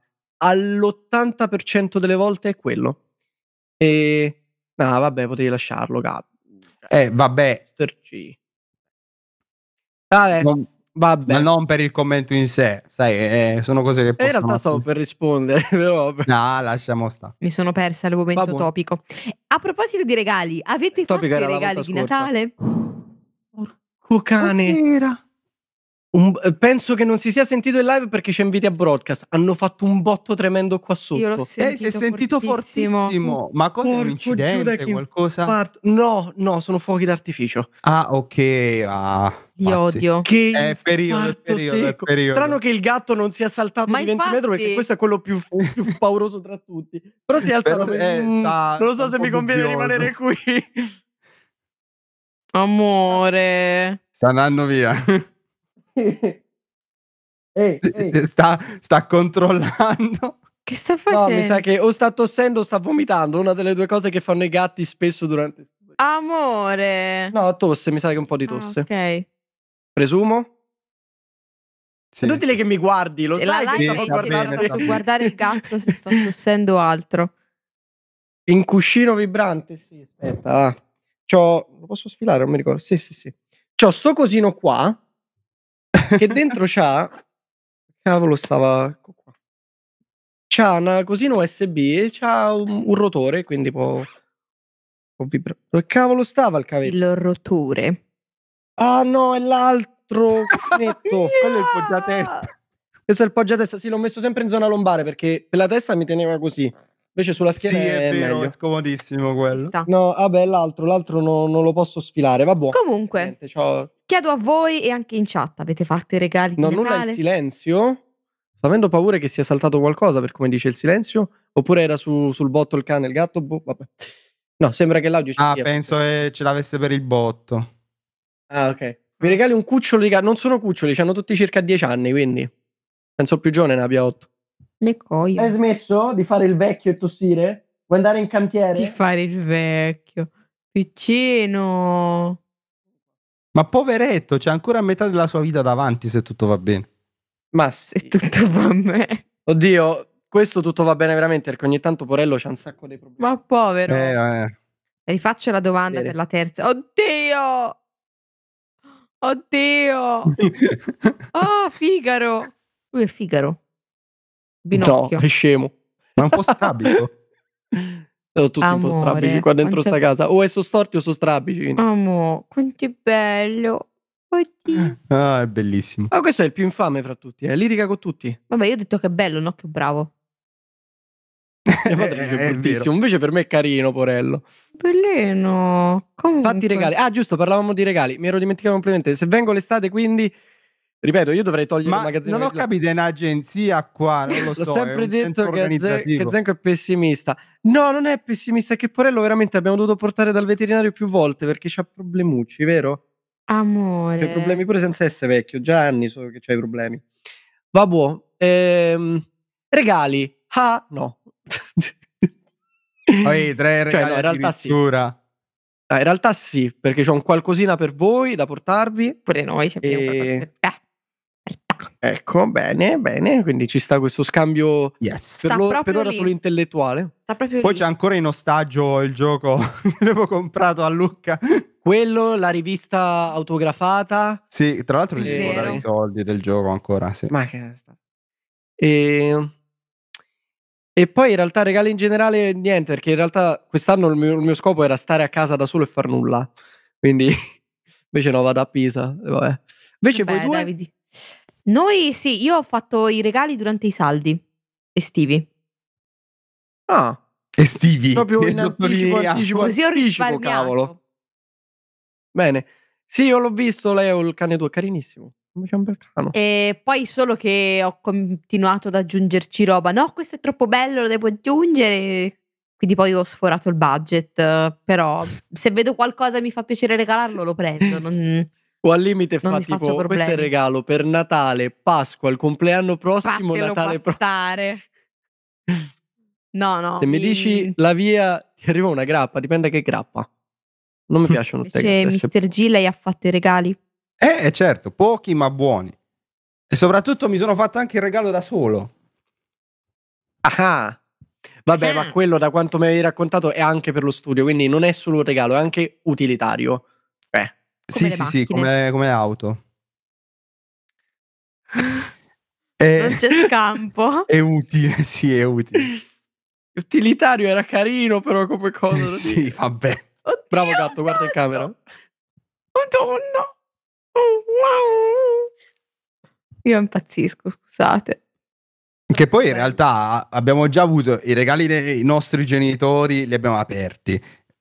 All'80% delle volte è quello. E... No, vabbè, potevi lasciarlo, cioè, cap. Eh, vabbè. Mr. G. Vabbè, Non- eh, vabbè. ma non per il commento in sé, sai, eh, sono cose che in possono... realtà stavo per rispondere, <laughs> però... No, lasciamo stare. Mi sono persa al Va momento buono. topico. A proposito di regali, avete Il topico fatto i era la regali volta di scorsa. Natale? Porco cane. Un- eh, penso che non si sia sentito in live perché ci inviti a broadcast. Hanno fatto un botto tremendo qua sotto. Io l'ho sentito, Eh, si è sentito fortissimo. fortissimo. Ma cosa è un Porco Giuda, incidente? che Qualcosa? Parto- No, no, sono fuochi d'artificio. Ah, ok. Ah, Di pazzi. odio. Che È periodo, è infarto periodo, è secco. periodo. Strano che il gatto non sia saltato Ma di 20 metri infatti- perché questo è quello più, più pauroso tra tutti. Però si è alzato. <laughs> Però, eh, Mm, sta- non lo sta so un se po' mi conviene dubbioso. <laughs> rimanere qui. Amore. Sta andando via. Ehi, ehi. <laughs> Sta, sta controllando. Che sta No, facendo? mi sa che o sta tossendo o sta vomitando, una delle due cose che fanno i gatti spesso durante... Amore. No, tosse, mi sa che un po' di Ah, tosse. ok. Presumo. Sì. È inutile <laughs> che mi guardi, lo E sai Cioè, la che sì, sto live è va bene, guardando. incentrata va su <laughs> bene. guardare il gatto se sta tossendo altro. In cuscino vibrante, sì, aspetta. va. C'ho... Lo posso sfilare, non mi ricordo. Sì, sì, sì. C'ho sto cosino qua, che dentro c'ha... Cavolo, stava... ecco qua. C'ha una cosina USB, c'ha un, un rotore, quindi può... può Con vibra- Dove cavolo stava il cavetto? Il rotture. Ah no, è l'altro netto. Quello è il poggiatesta. Questo è il poggiatesta. Sì, l'ho messo sempre in zona lombare perché per la testa mi teneva così. Invece sulla Sì, schiena è, è vero, meglio. è scomodissimo quello. No, vabbè, l'altro, l'altro no- non lo posso sfilare. Vabbè. Comunque, Niente, ciao. chiedo a voi e anche in chat, avete fatto i regali di No, nulla il Natale? silenzio. Sto avendo paura che sia saltato qualcosa per come dice il silenzio. Oppure era su- sul botto il cane e il gatto. Boh, vabbè. No, sembra che l'audio ci Ah, sia. penso che ce l'avesse per il botto. Ah, ok. Mi regali un cucciolo di gatto. Non sono cuccioli, hanno tutti circa 10 anni, quindi. Penso il più giovane ne abbia 8. Ne coio. Hai smesso di fare il vecchio e tossire? Vuoi andare in cantiere? Di fare il vecchio. Piccino. Ma poveretto, c'è ancora metà della sua vita davanti se tutto va bene. Ma sì. Se tutto <laughs> va a me. Oddio, questo tutto va bene veramente, perché ogni tanto Porello c'ha un sacco di problemi. Ma povero. Eh, eh. Rifaccio la domanda ah. Bene. per la terza. Oddio! Oddio! Oh, Figaro! Lui è Figaro. Binocchio. No, è scemo. Ma è un po' strabico. Sono tutti un po' Amore, strabici qua dentro quante- sta casa. O è su storti o su strabici. quindi. Amo, quanto è bello. Eh. Oddio. Ah, è bellissimo. Ah, questo è il più infame fra tutti, eh. litiga <laughs> con tutti. Vabbè, io ho detto che è bello, no? Che bravo. Mia Eh, madre dice è bruttissimo, invece per me è carino Porello. Bellino. Comunque. Fatti i regali. Ah, giusto, parlavamo di regali. Mi ero dimenticato completamente. Se vengo l'estate, quindi ripeto, io dovrei togliere Ma il magazzino. non ho del- capito, è un'agenzia qua, non lo so. L'ho è sempre un detto centro che, Ze- organizzativo. che Zenko è pessimista. No, non è pessimista, è che Porello veramente abbiamo dovuto portare dal veterinario più volte perché c'ha problemucci, vero? Amore. C'hai problemi pure senza essere vecchio, già anni so che c'hai problemi. Vabbè, ehm, regali. Ah, no. Oh, eh, tre Cioè, regali no, in realtà sì. addirittura. Ah, in realtà sì, perché c'ho un qualcosina per voi da portarvi. Pure noi ci abbiamo E- qualcosa per te. Per te. Ecco, bene, bene. Quindi ci sta questo scambio Yes. per, Sta lo- per proprio ora lì. solo intellettuale. Sta proprio Poi lì. c'è ancora in ostaggio il gioco <laughs> che avevo comprato a Lucca. Quello, la rivista autografata. Sì, tra l'altro gli Vero. devo dare i soldi del gioco ancora. Sì. Ma che sta. E... Ehm, e poi in realtà regali in generale niente, perché in realtà quest'anno il mio, il mio scopo era stare a casa da solo e far nulla. Quindi <laughs> invece no, vado a Pisa. e vabbè. Invece Vabbè, voi due... Davide. Noi sì, io ho fatto i regali durante i saldi estivi. Ah, Estivi. <laughs> proprio e in anticipo, sottolinea. anticipo, Così ho anticipo, risparmiato. cavolo. Bene. Sì, io l'ho visto, Leo, il cane tuo, è carinissimo. Come c'è un bel cano. E poi solo che ho continuato ad aggiungerci roba. No, questo è troppo bello, lo devo aggiungere. Quindi poi ho sforato il budget. eh, Però se vedo qualcosa e mi fa piacere regalarlo, lo <laughs> prendo. Non... O al limite Non fa mi faccio tipo, questo è il problemi. regalo per Natale, Pasqua, il compleanno prossimo, Fatelo Natale prossimo. <laughs> bastare. No, no. Se mi dici la via, ti arriva una grappa, dipende che grappa. Non mi piacciono tutte le Invece grappe. se- Mr. G lei ha fatto i regali. Eh, certo, pochi ma buoni. E soprattutto mi sono fatto anche il regalo da solo. <laughs> Ah! Vabbè, Ah. ma quello da quanto mi hai raccontato è anche per lo studio, quindi non è solo un regalo, è anche utilitario. Eh. Beh, Come sì, le sì, sì, macchine. come, come <laughs> auto. Non Eh. È, c'è <laughs> scampo. Eh, è utile, <laughs> sì, è <laughs> utile. utilitario era carino, però come cosa. <laughs> da sì, dire. vabbè. Oddio, Bravo gatto, guarda in gatto. camera. Madonna. Oh, wow. Io impazzisco, scusate. Che poi in realtà abbiamo già avuto i regali dei nostri genitori, li abbiamo aperti.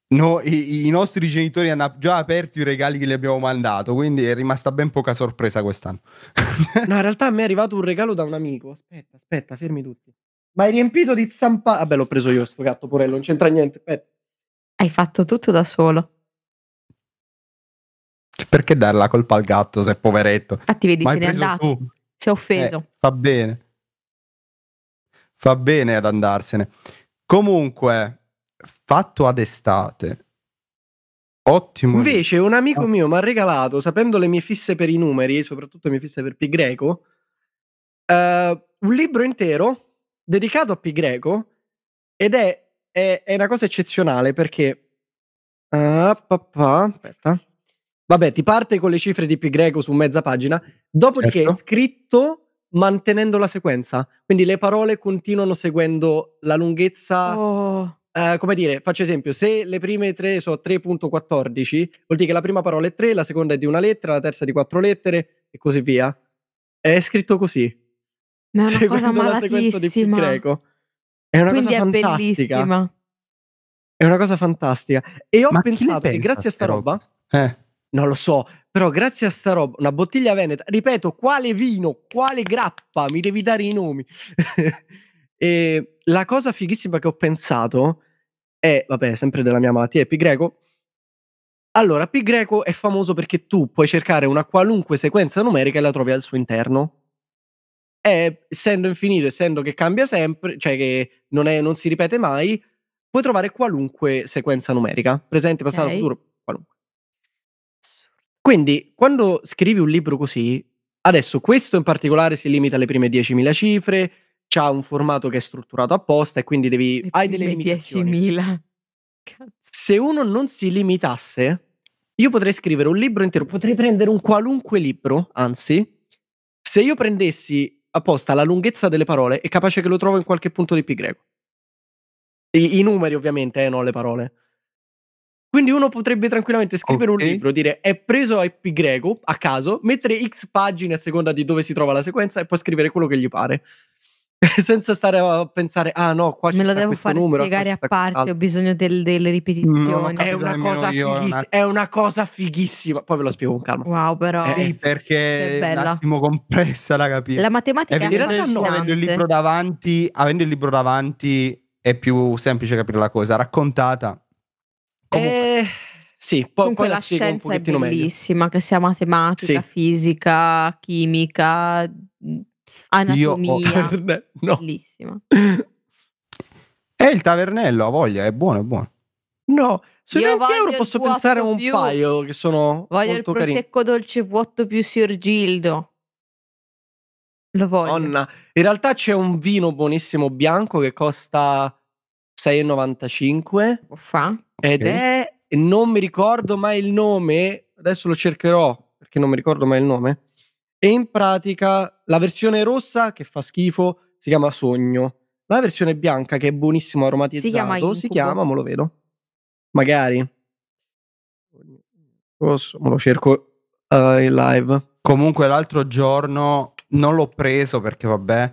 No, i, i nostri genitori hanno già aperto i regali che gli abbiamo mandato, quindi è rimasta ben poca sorpresa quest'anno. <laughs> No, in realtà a me è arrivato un regalo da un amico. Aspetta, aspetta, fermi tutti. Ma hai riempito di zampa. Vabbè, l'ho preso io, sto gatto porello, non c'entra niente. Aspetta. Hai fatto tutto da solo. Perché dare la colpa al gatto se è poveretto? Infatti vedi, Ma se hai n'è preso andato. tu. Si è offeso. Eh, fa bene. Fa bene ad andarsene. Comunque, fatto ad estate. Ottimo. Invece, un amico Ah. mio mi ha regalato, sapendo le mie fisse per i numeri, soprattutto le mie fisse per Pi greco, eh, un libro intero dedicato a Pi greco. Ed è, è- è una cosa eccezionale perché. Ah, papà, aspetta. Vabbè, ti parte con le cifre di Pi greco su mezza pagina, dopodiché Certo. è scritto mantenendo la sequenza. Quindi le parole continuano seguendo la lunghezza Oh, eh, come dire, faccio esempio, se le prime tre sono 3.14, vuol dire che la prima parola è 3, la seconda è di una lettera, la terza di quattro lettere e così via. È scritto così. Ma <laughs> è seguendo una cosa Cioè, la sequenza di Pi malatissima. greco. È una Quindi è cosa fantastica. bellissima. È una cosa fantastica. E ho Ma chi le pensato che pensa grazie a sta ste roba, Eh. non lo so, però grazie a sta roba, una bottiglia veneta, ripeto, quale vino, quale grappa, mi devi dare i nomi. <laughs> e la cosa fighissima che ho pensato è, vabbè, sempre della mia malattia, è Pi greco. Allora, Pi greco è famoso perché tu puoi cercare una qualunque sequenza numerica e la trovi al suo interno. E essendo infinito, essendo che cambia sempre, cioè che non, è- non si ripete mai, puoi trovare qualunque sequenza numerica, presente, passato, Ok. futuro, qualunque. Quindi, quando scrivi un libro così, adesso questo in particolare si limita alle prime 10.000 cifre, c'ha un formato che è strutturato apposta e quindi devi, Le hai delle prime limitazioni. 10.000. Cazzo. Se uno non si limitasse, io potrei scrivere un libro intero, potrei prendere un qualunque libro, anzi, se io prendessi apposta la lunghezza delle parole, è capace che lo trovo in qualche punto di pi greco. I, i numeri ovviamente, eh, non le parole. Quindi uno potrebbe tranquillamente scrivere Ok. un libro, dire è preso a pi greco a caso, mettere x pagine a seconda di dove si trova la sequenza e poi scrivere quello che gli pare. <laughs> Senza stare a pensare, ah no, qua Me ci lo sta devo questo fare numero, qua spiegare ci a sta parte, quest'altro. ho bisogno del- delle Non ho ripetizioni. capito È una, nemmeno cosa io, fighissi- una- è una cosa fighissima. Poi ve lo spiego con calma. Wow, però Eh, Sì, perché è è un bella. attimo compressa da capire. la matematica è, in realtà Evidentemente no, affascinante. avendo il libro davanti, avendo il libro davanti è più semplice capire la cosa, raccontata. Comunque, Eh, sì, poi, Comunque poi la, la spiego un scienza è pochettino meglio. bellissima, che sia matematica, Sì. fisica, chimica, mh, anatomia. <laughs> no. Bellissima. Eh. è il tavernello, ha voglia, è buono, è buono. No, sui Io 20 euro voglio posso il tuo pensare a un più. paio che sono Voglio il molto carini. prosecco dolce vuoto più Sirgildo. Lo voglio. Madonna. In realtà c'è un vino buonissimo bianco che costa 6,95 Lo fa? ed Ok. è non mi ricordo mai il nome, adesso lo cercherò perché non mi ricordo mai il nome. E in pratica la versione rossa che fa schifo si chiama Sogno. La versione bianca che è buonissimo aromatizzato si chiama, Incubo. ma lo vedo. Magari. Rosso, me lo cerco eh, in live. Comunque l'altro giorno non l'ho preso perché vabbè,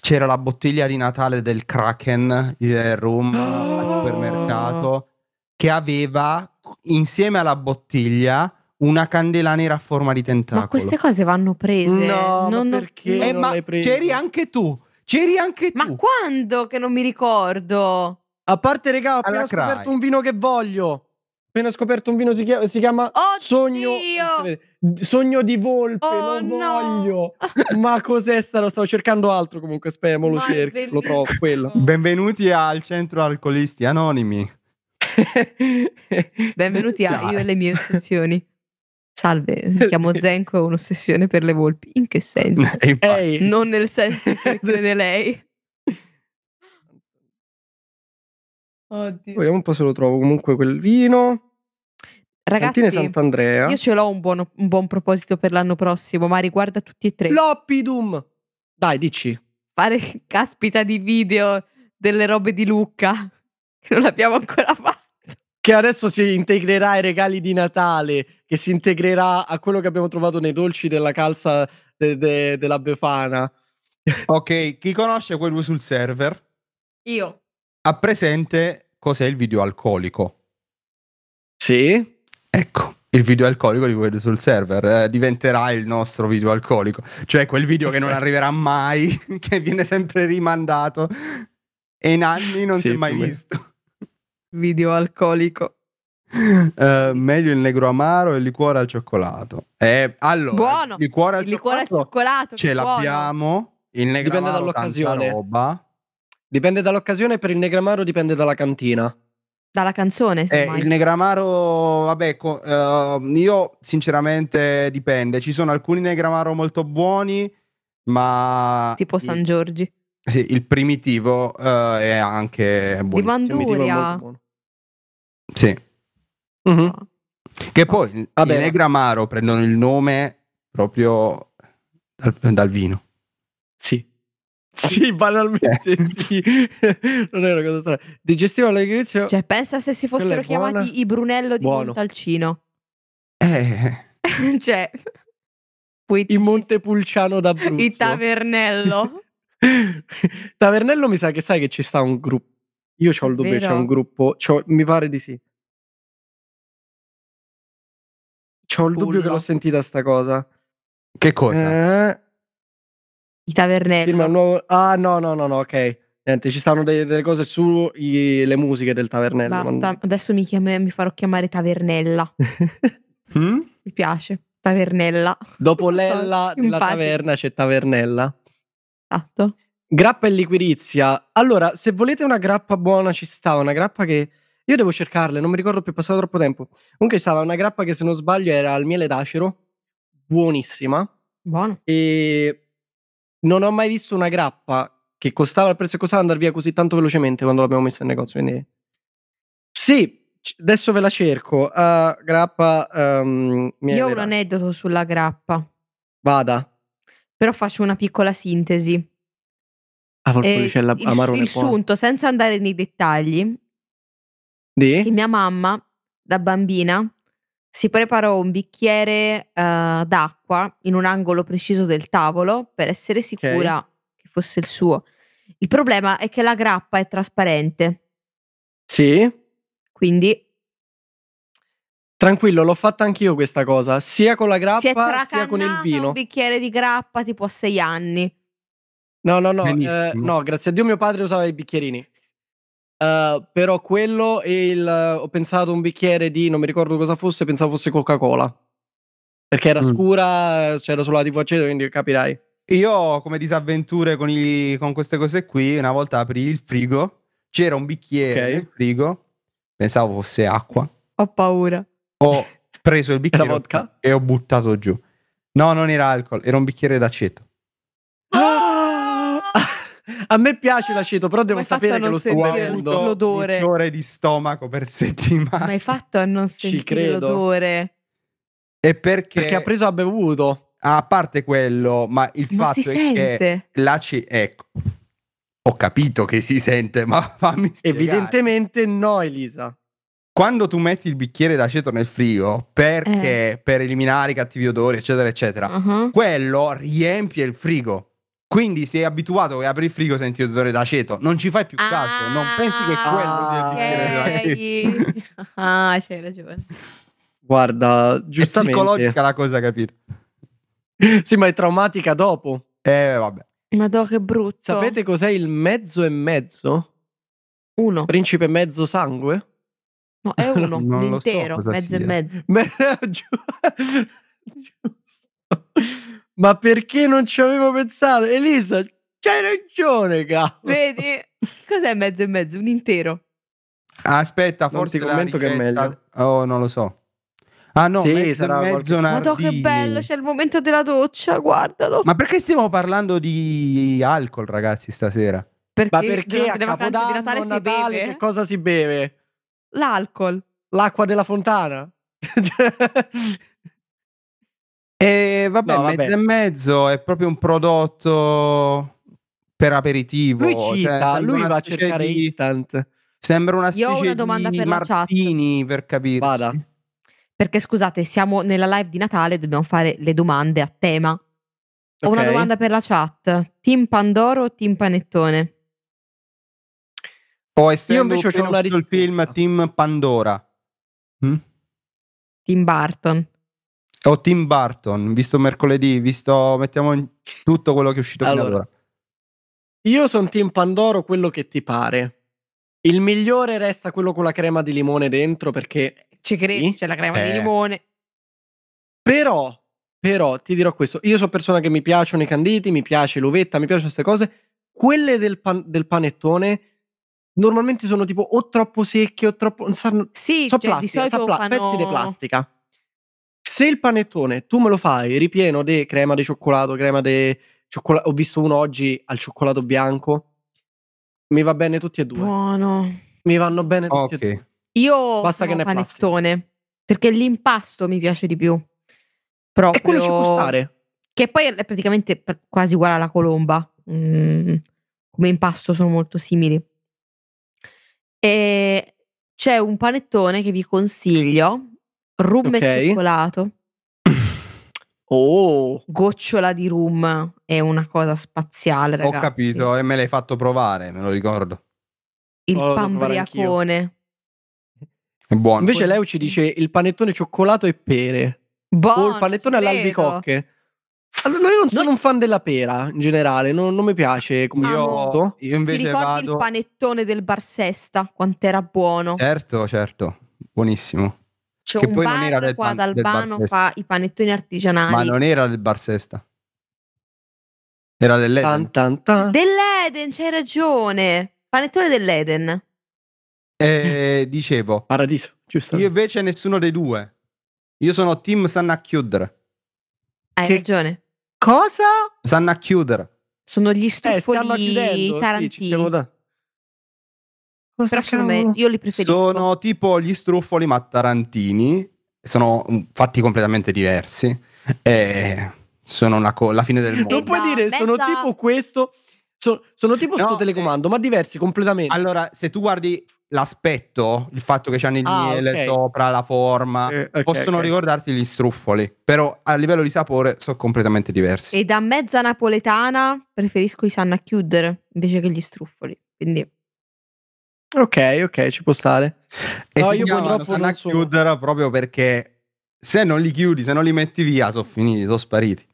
c'era la bottiglia di Natale del Kraken di Del Room al supermercato che aveva insieme alla bottiglia una candela nera a forma di tentacolo. Ma queste cose vanno prese. No, ma Non ho- perché? uh. non- Eh, non ma l'hai preso. c'eri anche tu. C'eri anche Ma tu. quando che non mi ricordo? A parte, regà, ho appena Alla Cry. scoperto un vino che voglio. Appena scoperto un vino si chiama, si chiama Oddio! Sogno. Sogno di volpe, Oh, lo no! <laughs> voglio. Ma cos'è sta roba? Stavo cercando altro comunque, spero, mo lo Ma è cerco, lo trovo quello. bellissimo. Benvenuti al centro alcolisti anonimi. <laughs> Benvenuti a Dai. Io e le mie ossessioni. Salve, <laughs> mi chiamo Zenko, ho un'ossessione per le volpi. In che senso? E <laughs> infatti- Ehi. Non nel senso che crede lei. Oddio. Vediamo un po' se lo trovo comunque quel vino. Ragazzi, Cantine eh? Sant'Andrea. io ce l'ho un, buono- un buon proposito per l'anno prossimo, ma riguarda tutti e tre. L'Oppidum. Dai, dici. Fare caspita di video delle robe di Lucca, che non abbiamo ancora fatto. Che adesso si integrerà ai regali di Natale, che si integrerà a quello che abbiamo trovato nei dolci della calza de- de- della Befana. Ok, chi conosce quello sul server Io. ha presente cos'è il video alcolico. Sì. Ecco, il video alcolico di quello sul server eh, diventerà il nostro video alcolico, cioè quel video che <laughs> non arriverà mai, <laughs> che viene sempre rimandato e in anni non Sì, si è mai più o meno. visto. <laughs> Video alcolico. Eh, meglio il negro amaro e il liquore al cioccolato. Eh, allora, Buono! il liquore al Il liquore al cioccolato cioccolato. ce che buono. l'abbiamo, il negro Dipende amaro tanta dall'occasione. roba. Dipende dall'occasione, per il Negramaro dipende dalla cantina. Dalla canzone, Eh, semmai. il Negramaro, vabbè, co- ehm, io sinceramente dipende. Ci sono alcuni Negramaro molto buoni, ma tipo il, San Giorgi. sì, il primitivo eh, è anche buono. Il primitivo è Manduria. molto buono. Sì. Mhm. Che poi Vabbè, i ma- Negramaro prendono il nome proprio dal, dal vino. <laughs> Sì. Sì, Eh. banalmente sì. <laughs> non è una cosa strana. Digestiva all'inizio. Cioè, pensa se si Quella è fossero buona. chiamati i Brunello di Buono. Montalcino. Eh, <laughs> cioè, poi in Montepulciano d'Abruzzo. il tavernello. <laughs> Tavernello mi sa che sai che ci sta un gruppo. Io ho il dubbio, che c'è Vero? un gruppo. c'ho- mi pare di sì. C'ho il dubbio che Bullo. l'ho sentita sta cosa. che cosa? Eh, I tavernello. firma un nuovo- Ah, no, no, no, no, ok. Niente, ci stanno delle, delle cose sulle musiche del tavernello. Basta, adesso mi, chiam- mi farò chiamare Tavernella. <laughs> Mm? Mi piace. Tavernella. Dopo Lella della Simpatico. taverna c'è Tavernella. Esatto. Grappa e liquirizia. Allora, se volete una grappa buona ci sta, una grappa che... Io devo cercarle, non mi ricordo più, è passato troppo tempo. Comunque stava una grappa che se non sbaglio era al miele d'acero, buonissima. Buono. E non ho mai visto una grappa che costava il prezzo che costava andare via così tanto velocemente quando l'abbiamo messa in negozio. Quindi... Sì, c- adesso ve la cerco. Ah, grappa... ehm, miele Io ho un d'acero. aneddoto sulla grappa, Vada. però faccio una piccola sintesi. A Eh, il, il sunto, senza andare nei dettagli, che mia mamma da bambina si preparò un bicchiere eh, d'acqua in un angolo preciso del tavolo per essere sicura che fosse il suo. Il problema è che la grappa è trasparente, Sì. quindi Tranquillo, l'ho fatta anch'io questa cosa, sia con la si è grappa sia con il tracannata vino. un bicchiere di grappa tipo a sei anni. No, no, no, Benissimo. eh, no, grazie a Dio mio padre usava i bicchierini. Eh, però quello e il eh, ho pensato un bicchiere di non mi ricordo cosa fosse, pensavo fosse Coca-Cola. Perché era Mm. scura, eh, c'era solo la tipo aceto, quindi capirai. Io come disavventure con, i- con queste cose qui, una volta aprì il frigo, c'era un bicchiere Ok. nel frigo, pensavo fosse acqua, Ho paura. ho preso il bicchiere Era vodka? e ho buttato giù. No, non era alcol, era un bicchiere d'aceto. <laughs> a me piace l'aceto, però devo hai fatto a sapere che Ah! non lo sto sentire bevendo. questo- l'odore. 12 ore di stomaco per <laughs> settimana. Ma hai fatto a non Ci sentire credo. l'odore? E perché, Ah, Perché ha preso ha bevuto. a parte quello, ma il Ma fatto si è che sente. l'aceto, ecco, ho capito che si sente, ma fammi spiegare. Evidentemente no, Elisa. quando tu metti il bicchiere d'aceto nel frigo perché per eliminare i cattivi odori, eccetera, eccetera, Ah, quello riempie il frigo. Quindi sei abituato che apri il frigo senti odore d'aceto, non ci fai più caso, non pensi che quello sia il bicchiere d'aceto. <laughs> ok. Ah, c'hai ragione. Guarda, È giustamente. psicologica la cosa, capito? Sì, ma è traumatica dopo. Eh, Ecco. vabbè. Madò, che brutto. Sapete cos'è il mezzo e mezzo? Uno. Principe mezzo sangue? <laughs> No, è uno. Non lo so l'intero. cosa mezzo e sia. mezzo. Beh, giu- giusto. Ma perché non ci avevo pensato? Elisa, c'hai ragione, cavolo. <laughs> Vedi? Cos'è mezzo e mezzo? Un intero. Aspetta, Non forse ti la commento che è ricetta- meglio. Oh, non lo so. Ah no, Sì, mezzo, sarà sarà mezzo qualche- Madò, che Nardini. bello. cioè- C'è il momento della doccia. Guardalo. Ma perché stiamo parlando di alcol, ragazzi, stasera? perché, Ma perché durante a le vacanze Capodanno, di Natale Natale, si che beve eh? cosa si beve? l'alcol. L'acqua della fontana? <laughs> E vabbè, No, vabbè. mezzo e mezzo è proprio un prodotto per aperitivo. lui cioè, cita, sembra lui una va a specie cercare di- Instant. Sembra una Io ho specie una domanda di per la chat. martini, per capirci. Vada. Perché scusate, siamo nella live di Natale, dobbiamo fare le domande a tema. Ho una Ok. domanda per la chat. Team Pandoro o Team Panettone? O essendo invece ho appena una uscito il risposta. film Team Pandora. Mm? Team Barton. O Tim Burton, visto mercoledì, visto mettiamo in tutto quello che è uscito fino ad Allora, ora. Io sono Team Pandoro, quello che ti pare. Il migliore resta quello con la crema di limone dentro perché... Ci credi? Sì? C'è la crema di Eh. limone. Però, però, ti dirò questo. Io sono persona che mi piacciono i canditi, mi piace l'uvetta, mi piacciono queste cose. Quelle del, pan- del panettone normalmente sono tipo o troppo secche o troppo... non sanno- Sì, so cioè, di plastica, solito so pla- fanno... pezzi di plastica. Se il panettone tu me lo fai ripieno di crema di cioccolato, crema di cioccolato, ho visto uno oggi al cioccolato bianco, mi va bene tutti e due. Buono. Mi vanno bene tutti e due. Ok. Io Basta sono che ne è plastica. panettone, perché l'impasto mi piace di più. Proprio... E quello ci può stare. Che poi è praticamente per- quasi uguale alla colomba. mm, come impasto sono molto simili. E c'è un panettone che vi consiglio, rum Ok. e cioccolato, Oh, gocciola di rum, è una cosa spaziale, ragazzi. Ho capito e me l'hai fatto provare, me lo ricordo. Il Oh, lo devo provare anch'io. Uh, pambriacone. È buono. invece Leo ci dice il panettone cioccolato e pere Buono, o il panettone Boh, ci Oh, credo. all'albicocche. Allora, io non sono Non- un fan della pera in generale, non, non mi piace come io, prodotto. io Ti invece ricordi il vado... panettone del bar Sesta? Quant'era buono. Certo, certo, buonissimo. C'è che un poi bar non era del qua pan- ad del bar Albano Sesta. fa i panettoni artigianali. Ma non era del bar sesta. Era dell'Eden. Tan, tan, tan. Dell'Eden, c'hai ragione. Panettone dell'Eden. E Eh, dicevo, Paradiso, giusto? io invece nessuno dei due. Io sono team sanno a chiudere. Hai Che- ragione. Cosa? Sanno a chiudere. Sono gli Eh, stufoli stanno chiudendo. sì, ci tarantini. stiamo da- Cosa Però secondo me cavolo? io li preferisco. Sono tipo gli struffoli ma tarantini. Sono mm, fatti completamente diversi. E sono la, co- la fine del mondo. Non puoi Mezza- dire, sono mezza- tipo questo, so- sono tipo No, eh. sto telecomando, ma diversi completamente. Allora, se tu guardi l'aspetto, il fatto che c'hanno il Ah, miele ok. sopra, la forma, Eh, ok, possono ok. ricordarti gli struffoli, però a livello di sapore sono completamente diversi. E da mezza napoletana preferisco i sanna chiudere invece che gli struffoli. Quindi Ok, ok, ci può stare. E No, si io chiamano purtroppo Sanna non so. chiudere proprio perché se non li chiudi, se non li metti via, sono finiti, sono spariti.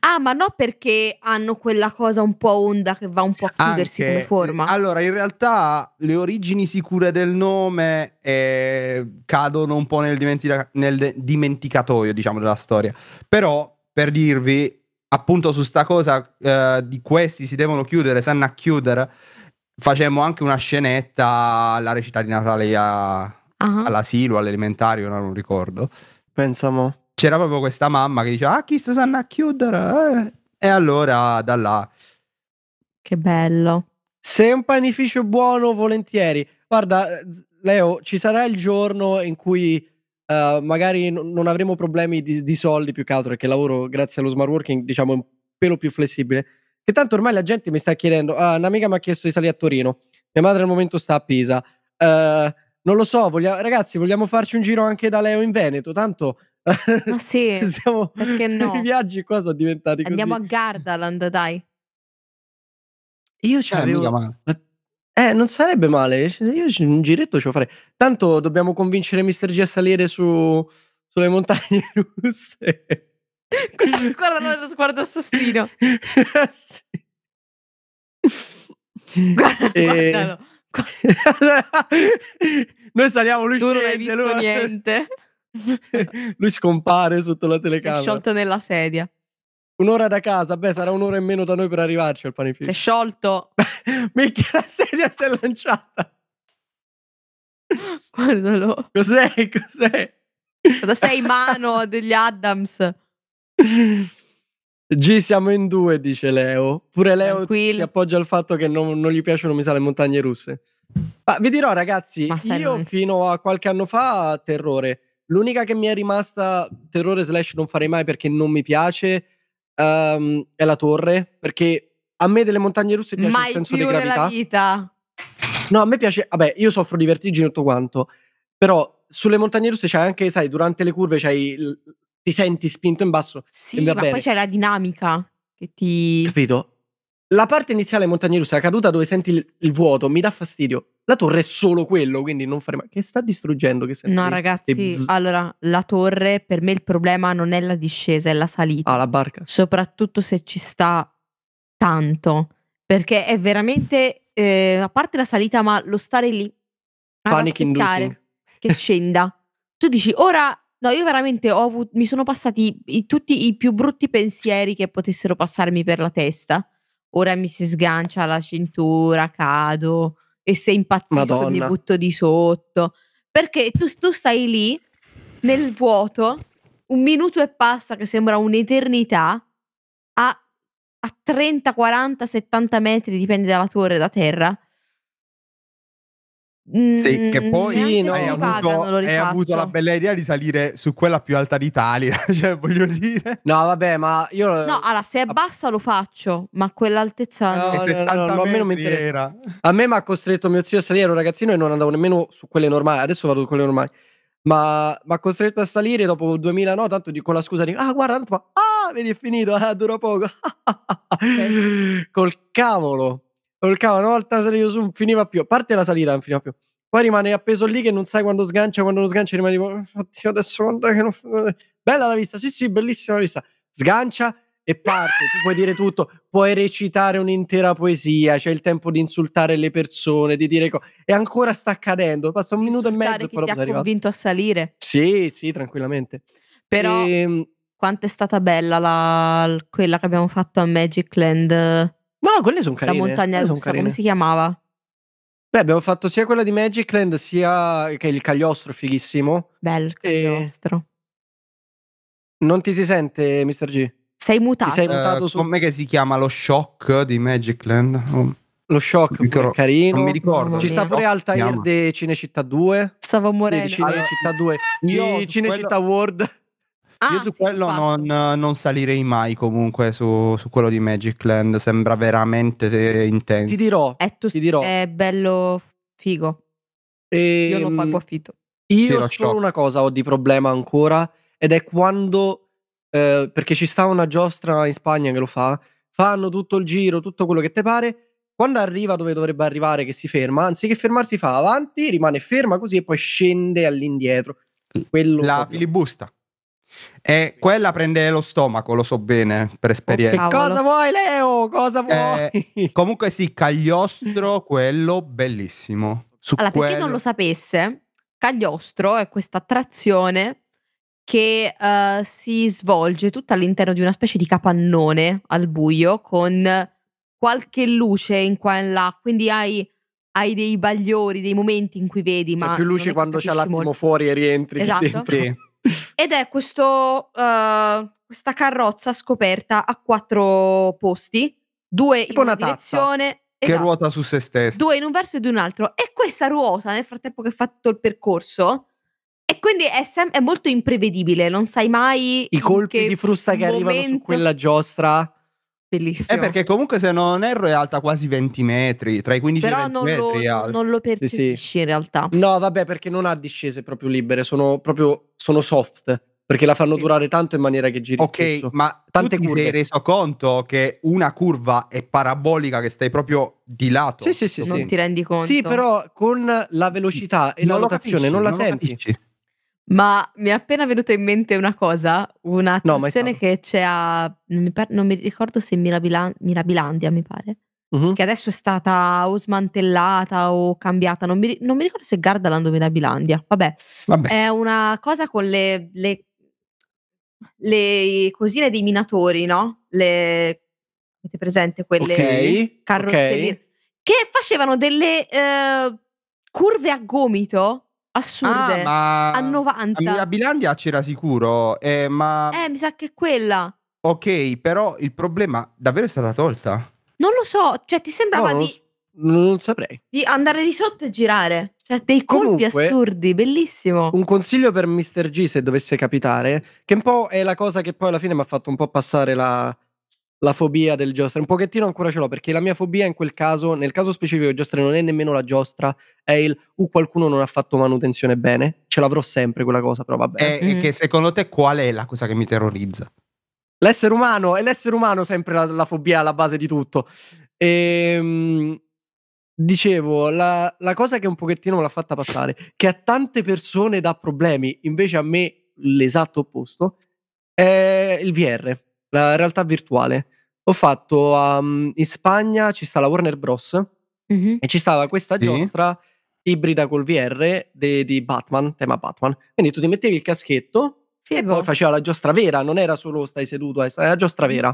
Ah, ma no perché hanno quella cosa un po' onda che va un po' a chiudersi Anche- eh, ah, come forma. Allora, in realtà le origini sicure del nome eh, cadono un po' nel, dimentica- nel de- dimenticatoio, diciamo, della storia. Però, per dirvi, appunto su sta cosa eh, di questi si devono chiudere, sanno a chiudere, facemmo anche una scenetta alla recita di Natale a- Ah. all'asilo, all'elementario, no, non ricordo. Pensiamo. C'era proprio questa mamma che diceva, ah, chi sta sanno a chiudere? eh?" E allora, da là... Che bello. Se è un panificio buono, volentieri. Guarda, eh, z- Leo, ci sarà il giorno in cui eh, magari non non avremo problemi di, di soldi più che altro, perché lavoro grazie allo smart working, diciamo, un pelo più flessibile. Che tanto ormai la gente mi sta chiedendo, ah, un'amica mi ha chiesto di salire a Torino, mia madre al momento sta a Pisa. Eh, non lo so, voglia- ragazzi, vogliamo farci un giro anche da Leo in Veneto, tanto... <laughs> Ma sì, <laughs> siamo- perché no? I viaggi qua sono diventati andiamo a così. <laughs> Gardaland, dai. Io "Eh, mica c'avevo... male." Eh, non sarebbe male. ci- Io ci- un giretto ce lo farei. Tanto dobbiamo convincere Mr. G a salire su, sulle montagne <laughs> russe. Guarda lo sguardo assassino. <laughs> <laughs> Sì. Guarda, E- guardalo. Noi saliamo, lui Tu non hai scende, visto lui- niente. <laughs> Lui scompare sotto la Si è telecamera. sciolto nella sedia. Un'ora da casa, beh, sarà un'ora in meno da noi per arrivarci al Si <laughs> è panificio. sciolto. Micchia, la sedia si è lanciata. Guardalo. Cos'è? Cos'è? Cosa sei <laughs> in mano degli Adams? <laughs> G siamo in due, dice Leo. Pure Leo ti Tranquillo. appoggia al fatto che non, non gli piacciono, mi sa, le montagne russe. Ma vi dirò, ragazzi, Ma sai, io non- fino a qualche anno fa terrore. L'unica che mi è rimasta terrore slash non farei mai perché non mi piace ehm, è la torre, perché a me delle montagne russe piace Mai il senso di più nella gravità. vita. No, a me piace, vabbè, io soffro di vertigini e tutto quanto, però sulle montagne russe c'è anche, sai, durante le curve c'hai il- ti senti spinto in basso, Sì, E va ma bene. poi c'è la dinamica che <laughs> ti... capito? La parte iniziale delle montagne russe, la caduta dove senti il, il vuoto, mi dà fastidio. La torre è solo quello, quindi non farei mai. Che sta distruggendo? Che senti? No, ragazzi, bzz. allora la torre per me il problema non è la discesa, è la salita, Ah, la barca. soprattutto se ci sta tanto, perché è veramente eh, a parte la salita, ma lo stare lì ad Panic aspettare inducing. che scenda. <laughs> Tu dici ora no, io veramente ho avuto, mi sono passati i- tutti i più brutti pensieri che potessero passarmi per la testa. Ora mi si sgancia la cintura, cado e se impazzisco mi Madonna. butto di sotto. Perché tu, tu stai lì nel vuoto, un minuto e passa che sembra un'eternità, a, a 30, 40, 70 metri, dipende dalla torre, da terra. Sì, Mm, che poi Mm, Sì, no. hai, avuto, hai avuto la bella idea di salire su quella più alta d'Italia, <laughs> cioè voglio dire. No, vabbè, ma io. No, allora, se è bassa lo faccio, ma a quell'altezza no. No, e no, 70 no, no, a me non mi metri interessa. era. A me mi ha costretto mio zio a salire, ero ragazzino e non andavo nemmeno su quelle normali, adesso vado su quelle normali. Ma mi ha costretto a salire dopo 2000 no, tanto di- con la scusa di ah guarda, tanto fa, ah vedi è finito, <laughs> ah, dura poco. col cavolo, col cavolo, una volta salito su non finiva più, a parte la salita non finiva più. Poi rimane appeso lì che non sai quando sgancia, quando non sgancia, rimani tipo, "Oh, oddio adesso guarda che non... Bella la vista, sì sì, bellissima la vista. Sgancia e parte, tu puoi dire tutto, puoi recitare un'intera poesia, c'è il tempo di insultare le persone, di dire cose. E ancora sta accadendo, passa un minuto e mezzo Insultare e chi poi ti dopo ha sei arrivato. convinto a salire. Sì, sì, tranquillamente. Però Ehm, quanto è stata bella la- quella che abbiamo fatto a Magic Land, la No, quelle sono carine. montagna quelle son russa, carine. come si chiamava? Beh, abbiamo fatto sia quella di Magicland sia che il Cagliostro, fighissimo. Bello, Eh, il nostro. Non ti si sente, Mr. G? Sei mutato. sei- Eh, Puntato su- Com'è che si chiama lo shock di Magic Land? Oh, Lo shock, Mi ricordo- pure carino. non mi ricordo. Mamma Ci sta mia. pure Altair Chiama. de Cinecittà 2, Stavo di morendo. Cinecittà 2, Io di su Cinecittà World. Ah, Io su sì, quello infatti. non, non salirei mai comunque su, su quello di Magic Land, sembra veramente eh, intenso. Ti dirò, Eh, tu ti dirò. È bello figo. Eh, Io ehm, non pago affitto. Sì, Io lo solo shock. una cosa ho di problema ancora ed è quando, eh, perché ci sta una giostra in Spagna che lo fa, fanno tutto il giro, tutto quello che te pare, quando arriva dove dovrebbe arrivare che si ferma, anziché fermarsi fa avanti, rimane ferma così e poi scende all'indietro. Quello La proprio. filibusta. E quella prende lo stomaco, lo so bene per Oh, che esperienza. cosa vuoi Leo? Cosa vuoi? Comunque sì, Cagliostro, quello bellissimo. Su Mm. Allora, per chi quello- non lo sapesse, Cagliostro è questa attrazione che eh, si svolge tutta all'interno di una specie di capannone al buio con qualche luce in qua e in là, quindi hai, hai dei bagliori, dei momenti in cui vedi, <laughs> ma C'è più non è luci che quando c'è capisci l'attimo molto. fuori e rientri lì Esatto. dentro. Sì. Ed è questo, eh, questa carrozza scoperta a quattro posti, due Tipo in una una tazza. direzione Che esatto, ruota su se eh, stesso. due in un verso e due in un altro. E questa ruota nel frattempo che fa tutto il percorso. E quindi è, sem- è molto imprevedibile, non sai mai I in colpi che di frusta che arrivano su momento- quella giostra. Eh, bellissimo. perché comunque se non erro è alta quasi 20 metri, tra i 15 e però i 20 non lo, metri. è alta. non lo sì. percepisci in realtà. No, vabbè, perché non ha discese proprio libere, sono proprio sono soft, perché la fanno Sì. durare tanto in maniera che giri Ok, spesso. ma Tante tu ti curve. sei reso conto che una curva è parabolica che stai proprio di lato. Sì, sì, sì, Non sì. ti rendi conto. Sì, però con la velocità e la lo rotazione capisci, non la lo senti. capisci. Ma mi è appena venuta in mente una cosa, No, ma è un'attrazione stato. che c'è a... Non mi, par- non mi ricordo se Mirabila- Mirabilandia, mi pare, Mhm. che adesso è stata o smantellata o cambiata, non mi, ri- non mi ricordo se Gardaland o Mirabilandia, vabbè. Vabbè, È una cosa con le, le, le cosine dei minatori, no? Le, avete presente quelle Ok, carrozzerie? ok. Che facevano delle eh, curve a gomito assurde Ah, ma Eh, a 90. a Mirabilandia c'era sicuro, eh, ma Eh, mi sa che è quella. ok, però il problema davvero è stata tolta. Non lo so, cioè ti No, sembrava non, di, non saprei. di andare di sotto e girare. Cioè, dei colpi Comunque- assurdi, bellissimo. Un consiglio per Mr. G se dovesse capitare, che un po' è la cosa che poi alla fine mi ha fatto un po' passare la, la fobia del giostra. Un pochettino ancora ce l'ho, perché la mia fobia in quel caso, nel caso specifico del giostra non è nemmeno la giostra, è il u qualcuno non ha fatto manutenzione bene. Ce l'avrò sempre quella cosa, però va bene. E, e Mhm. che secondo te qual è la cosa che mi terrorizza? L'essere umano è l'essere umano sempre la, la fobia alla base di tutto. Ehm, dicevo, la, la cosa che un pochettino me l'ha fatta passare, che a tante persone dà problemi, invece a me l'esatto opposto, è il VR, la realtà virtuale. Ho fatto um, in Spagna, ci sta la Warner Bros. Mhm. E ci stava questa Sì. giostra ibrida col VR de- di Batman, tema Batman. Quindi tu ti mettevi il caschetto, e Figo. poi faceva la giostra vera, non era solo stai seduto, eh, era la giostra vera.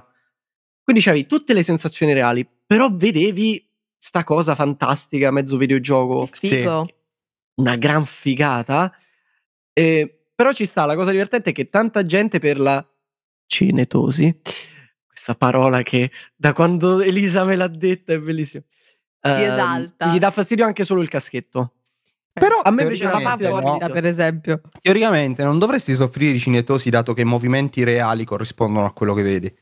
Quindi avevi tutte le sensazioni reali, però vedevi sta cosa fantastica, mezzo videogioco, Che figo. una gran figata. Eh, però ci sta, la cosa divertente è che tanta gente per la cinetosi, questa parola che da quando Elisa me l'ha detta è bellissima, ehm, esalta. gli dà fastidio anche solo il caschetto. Però Eh, A me invece La Veramente, papà no? porta, per esempio. Teoricamente non dovresti soffrire di cinetosi dato che i movimenti reali corrispondono a quello che vedi.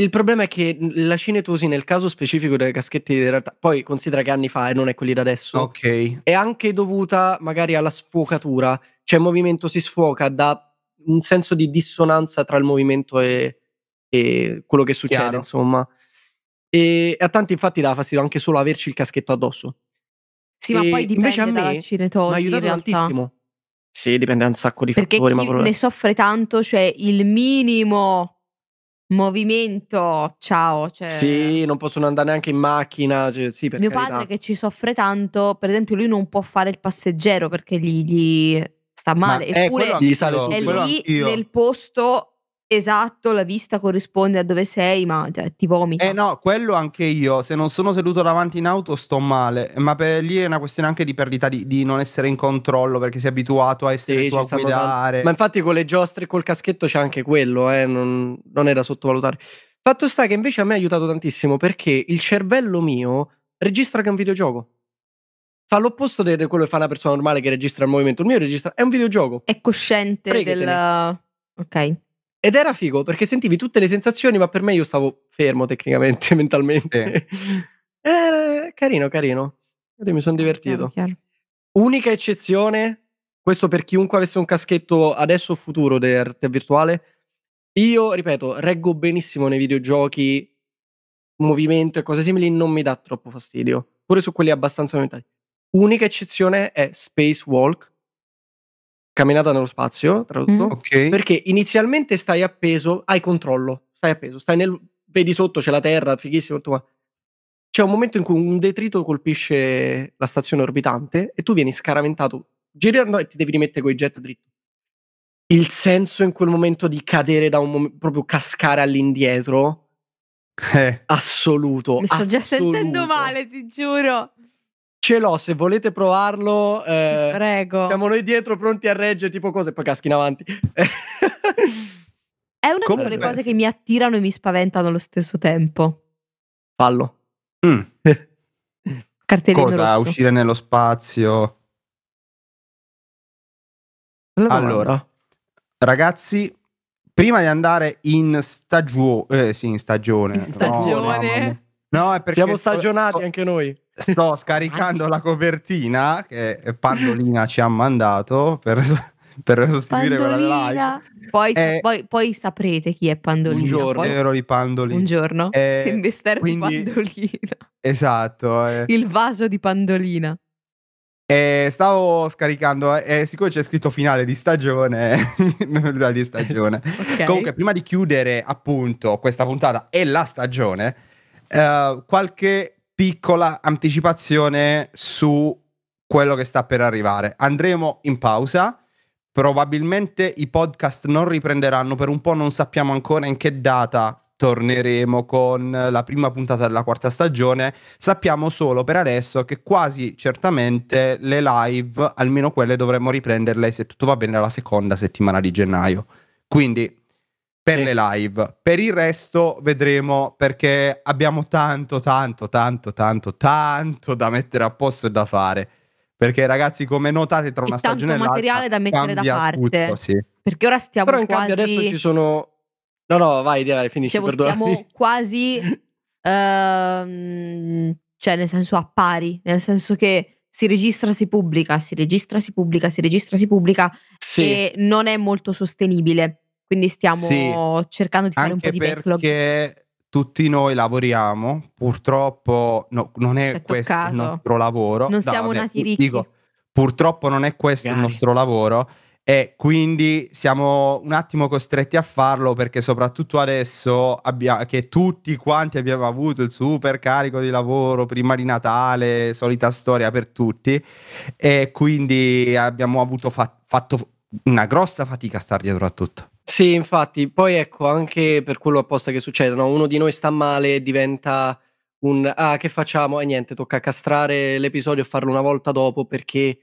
Il problema è che mhmm, la cinetosi nel caso specifico delle caschette di realtà, poi considera che anni fa e non è quelli da adesso, Ok. è anche dovuta magari alla sfocatura, cioè il movimento si sfoca da un senso di dissonanza tra il movimento e, e quello che succede, Chiaro. insomma. E a tanti infatti dà fastidio anche solo averci il caschetto addosso. Sì, ma E poi dipende invece a me dalla cinetosi Mi ha in aiutato realtà. tantissimo. Sì, dipende da un sacco di Perché fattori, chi ma proprio- ne soffre tanto, cioè il minimo movimento, ciao, cioè Sì, non possono andare neanche in macchina, cioè, sì, per mio carità. padre che ci soffre tanto, per esempio lui non può fare il passeggero perché gli, gli sta male, Ma, eh, eppure quello Gli sale anch'io, su, è quello lì anch'io. nel posto esatto, la vista corrisponde a dove sei, ma cioè, ti vomita. Eh no, quello anche io. Se non sono seduto davanti in auto sto male. Ma per lì è una questione anche di perdita di, di non essere in controllo perché sei abituato a essere Sì, tu ci a stanno guidare. Ma infatti con le giostre e col caschetto c'è anche quello, eh, non, non è da sottovalutare. Fatto sta che invece a me ha aiutato tantissimo perché il cervello mio registra che è un videogioco. Fa l'opposto di di quello che fa una persona normale che registra il movimento. Il mio registra è un videogioco. È cosciente Fregatene. del Ok. Ed era figo perché sentivi tutte le sensazioni, ma per me io stavo fermo tecnicamente, <laughs> mentalmente. Era carino, carino. Guarda, Mi sono divertito. Chiaro, chiaro. Unica eccezione, questo per chiunque avesse un caschetto adesso o futuro di arte virtuale, io ripeto, reggo benissimo nei videogiochi, movimento e cose simili, non mi dà troppo fastidio, pure su quelli abbastanza movimentati. Unica eccezione è Space Walk, camminata nello spazio, tradotto, Mm. Ok. perché inizialmente stai appeso, hai controllo, stai appeso, stai nel, vedi sotto c'è la Terra, fighissimo, tutto qua. C'è un momento in cui un detrito colpisce la stazione orbitante e tu vieni scaraventato girando e ti devi rimettere coi jet dritto. Il senso in quel momento di cadere da un momento, proprio cascare all'indietro, Eh, assoluto. Mi sto già assoluto. sentendo male, ti giuro. Ce l'ho, se volete provarlo, eh, Prego. siamo noi dietro pronti a reggere tipo cose, poi caschi in avanti. <laughs> È una di quelle Comunque- cose che mi attirano e mi spaventano allo stesso tempo. Fallo. mm. Cartellino Cosa? rosso. Uscire nello spazio. Allora. Ragazzi, prima di andare in stagione, eh, sì, in stagione. In No, stagione. mamma mia. No, è perché Siamo sto- stagionati sto- anche noi. Sto scaricando la copertina che Pandolina ci ha mandato per, per sostituire quella live. Pandolina. Poi, Eh, poi- poi saprete chi è Pandolina. Un giorno. eh, Poi- Ero di Pandolina. un giorno. <laughs> Eh, il mistero quindi- di Pandolina. Esatto. eh. Il vaso di Pandolina. Eh, stavo scaricando, eh, eh, siccome c'è scritto finale di stagione, <laughs> mi è venuta di stagione. Ok. Comunque, prima di chiudere appunto questa puntata e la stagione, eh, qualche piccola anticipazione su quello che sta per arrivare. Andremo in pausa. Probabilmente i podcast non riprenderanno per un po', non sappiamo ancora in che data torneremo con la prima puntata della quarta stagione. Sappiamo solo per adesso che quasi certamente le live, almeno quelle, dovremmo riprenderle se tutto va bene la seconda settimana di gennaio. Quindi per Sì. le live. Per il resto vedremo perché abbiamo tanto, tanto, tanto, tanto, tanto da mettere a posto e da fare. Perché ragazzi, come notate, tra E una tanto stagione e l'altra materiale da mettere da cambia parte. tutto, sì. Perché ora stiamo Però in quasi... cambio adesso ci sono... No, no, vai, dai, finisci, dicevo, perdonami. Diciamo, stiamo quasi... ehm, cioè, nel senso a pari. Nel senso che si registra, si pubblica, si registra, si pubblica, si registra, si pubblica. <laughs> Sì, e non è molto sostenibile. Quindi stiamo Sì, cercando di fare un po' Anche di backlog. perché tutti noi lavoriamo, purtroppo no- non è C'è questo toccato. il nostro lavoro. Non siamo nati ricchi. Dico, purtroppo non è questo il Magari. nostro lavoro e quindi siamo un attimo costretti a farlo perché soprattutto adesso abbia- che tutti quanti abbiamo avuto il super carico di lavoro prima di Natale, solita storia per tutti e quindi abbiamo avuto fa- fatto una grossa fatica a star dietro a tutto. sì, infatti. Poi ecco, anche per quello apposta che succede, no? uno di noi sta male e diventa un... Ah, che facciamo? E niente, tocca castrare l'episodio e farlo una volta dopo eh, perché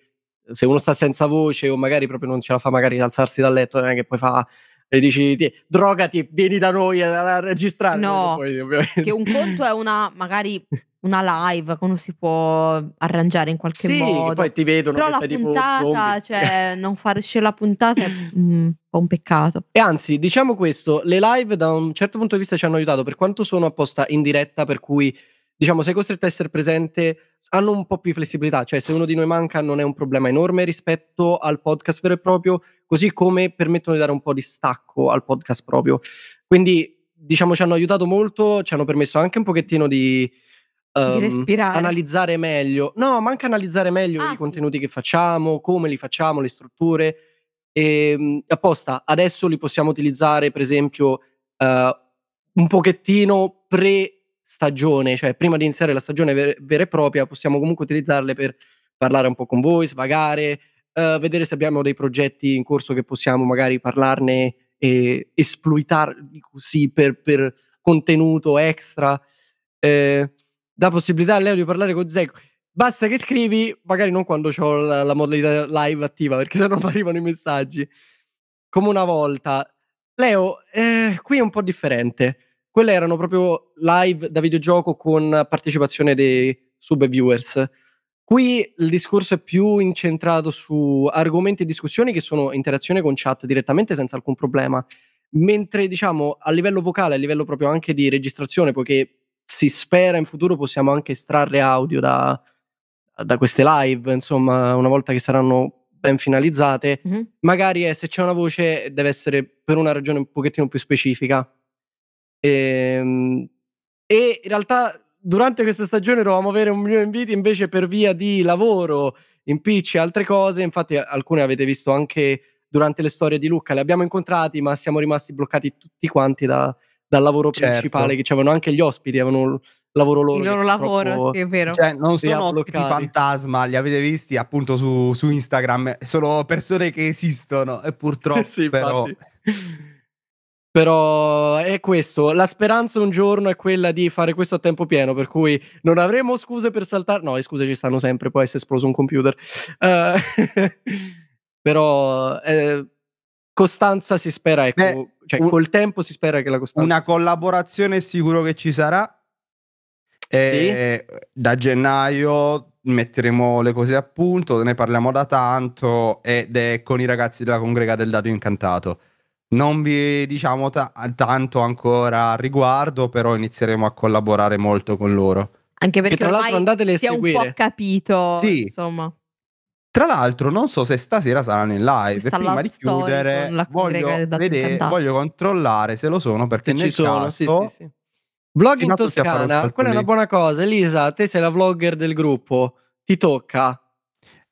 se uno sta senza voce o magari proprio non ce la fa magari ad alzarsi dal letto, non è che poi fa... e dici "Ti- drogati, vieni da noi a, a registrare. No, Poi, ovviamente. Che un conto è una, magari una live, come si può arrangiare in qualche sì, modo. che poi ti vedono Però che la stai tipo puntata, zombie. cioè non far uscire la puntata è mm, un po' un peccato. E anzi, diciamo questo, le live da un certo punto di vista ci hanno aiutato per quanto sono apposta in diretta, per cui diciamo sei costretto a essere presente, hanno un po' più flessibilità, cioè se uno di noi manca non è un problema enorme rispetto al podcast vero e proprio, così come permettono di dare un po' di stacco al podcast proprio. Quindi diciamo ci hanno aiutato molto, ci hanno permesso anche un pochettino di... ehm, respirare. analizzare meglio, no, ma anche analizzare meglio Ah, i sì. contenuti che facciamo, come li facciamo, le strutture, e, mh, apposta adesso li possiamo utilizzare per esempio eh, un pochettino pre stagione cioè prima di iniziare la stagione ver- vera e propria possiamo comunque utilizzarle per parlare un po' con voi svagare eh, vedere se abbiamo dei progetti in corso che possiamo magari parlarne e esploitarli così per, per contenuto extra Eh, dà possibilità a Leo di parlare con Zeco Basta che scrivi, magari non quando ho la, la modalità live attiva, perché sennò <laughs> non arrivano i messaggi. Come una volta. Leo, eh, qui è un po' differente. Quelle erano proprio live da videogioco con partecipazione dei sub e viewers. Qui il discorso è più incentrato su argomenti e discussioni che sono interazione con chat direttamente senza alcun problema. Mentre diciamo a livello vocale, a livello proprio anche di registrazione, poiché si spera in futuro possiamo anche estrarre audio da, da queste live, insomma, una volta che saranno ben finalizzate, Mhm. magari è, se c'è una voce deve essere per una ragione un pochettino più specifica. Ehm, e in realtà durante questa stagione dovevamo avere un milione di inviti, invece per via di lavoro, impicci e altre cose, infatti alcune avete visto anche durante le storie di Luca, le abbiamo incontrati, ma siamo rimasti bloccati tutti quanti da- dal lavoro Certo. principale che c'avevano anche gli ospiti, avevano il lavoro loro. Il che loro purtroppo- lavoro, sì, è vero. Cioè, non Li ha sono ospiti bloccati. fantasma, li avete visti appunto su, su Instagram, sono persone che esistono e <laughs> purtroppo <laughs> Sì, però... infatti. Però è questo, la speranza un giorno è quella di fare questo a tempo pieno, per cui non avremo scuse per saltare, no, le scuse ci stanno sempre, poi se è esploso un computer. Eh, <laughs> però eh, costanza si spera, ecco, Beh, cioè un- col tempo si spera che la costanza... Una collaborazione è sicuro che ci sarà. E Da gennaio metteremo le cose a punto, ne parliamo da tanto ed è con i ragazzi della congrega del Dato Incantato. Non vi diciamo ta- tanto ancora al riguardo, però inizieremo a collaborare molto con loro. che Anche perché tra l'altro ormai andatele a si è un po' seguire. capito, Sì. insomma. Tra l'altro, non so se stasera saranno in live. Questa Prima love di story chiudere, con la congrega voglio, del Dato vedere- Incantato. voglio controllare se lo sono perché Se nel ci sono, caso sì, sì, sì. Vlog Sì, in ma tutti a fare un Toscana, salto quella è una lì. buona cosa. Elisa, te sei la vlogger del gruppo, ti tocca.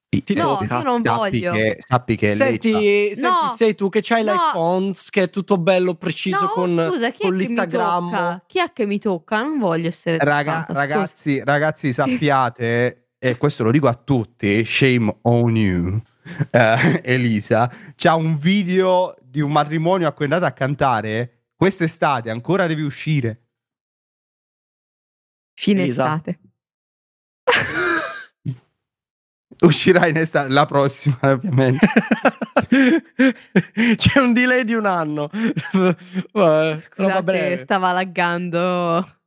Ti No, tocca. io non sappi voglio. Che, sappi che lei Senti, c'ha- senti, No, sei tu che c'hai no. l'iPhone, che è tutto bello preciso No, con... scusa, chi con è che mi l'Instagram. tocca? Chi è che mi tocca? Non voglio essere Raga- toccata, scusa. ragazzi, ragazzi, sappiate, e questo lo dico a tutti, shame on you, <laughs> eh, Elisa, c'ha un video di un matrimonio a cui è andata a cantare quest'estate, ancora devi uscire. Fine Elisa. estate. Uscirà in estate, la prossima <laughs> ovviamente. <laughs> C'è un delay di un anno. <laughs> Vabbè, roba Scusate, breve. stava laggando.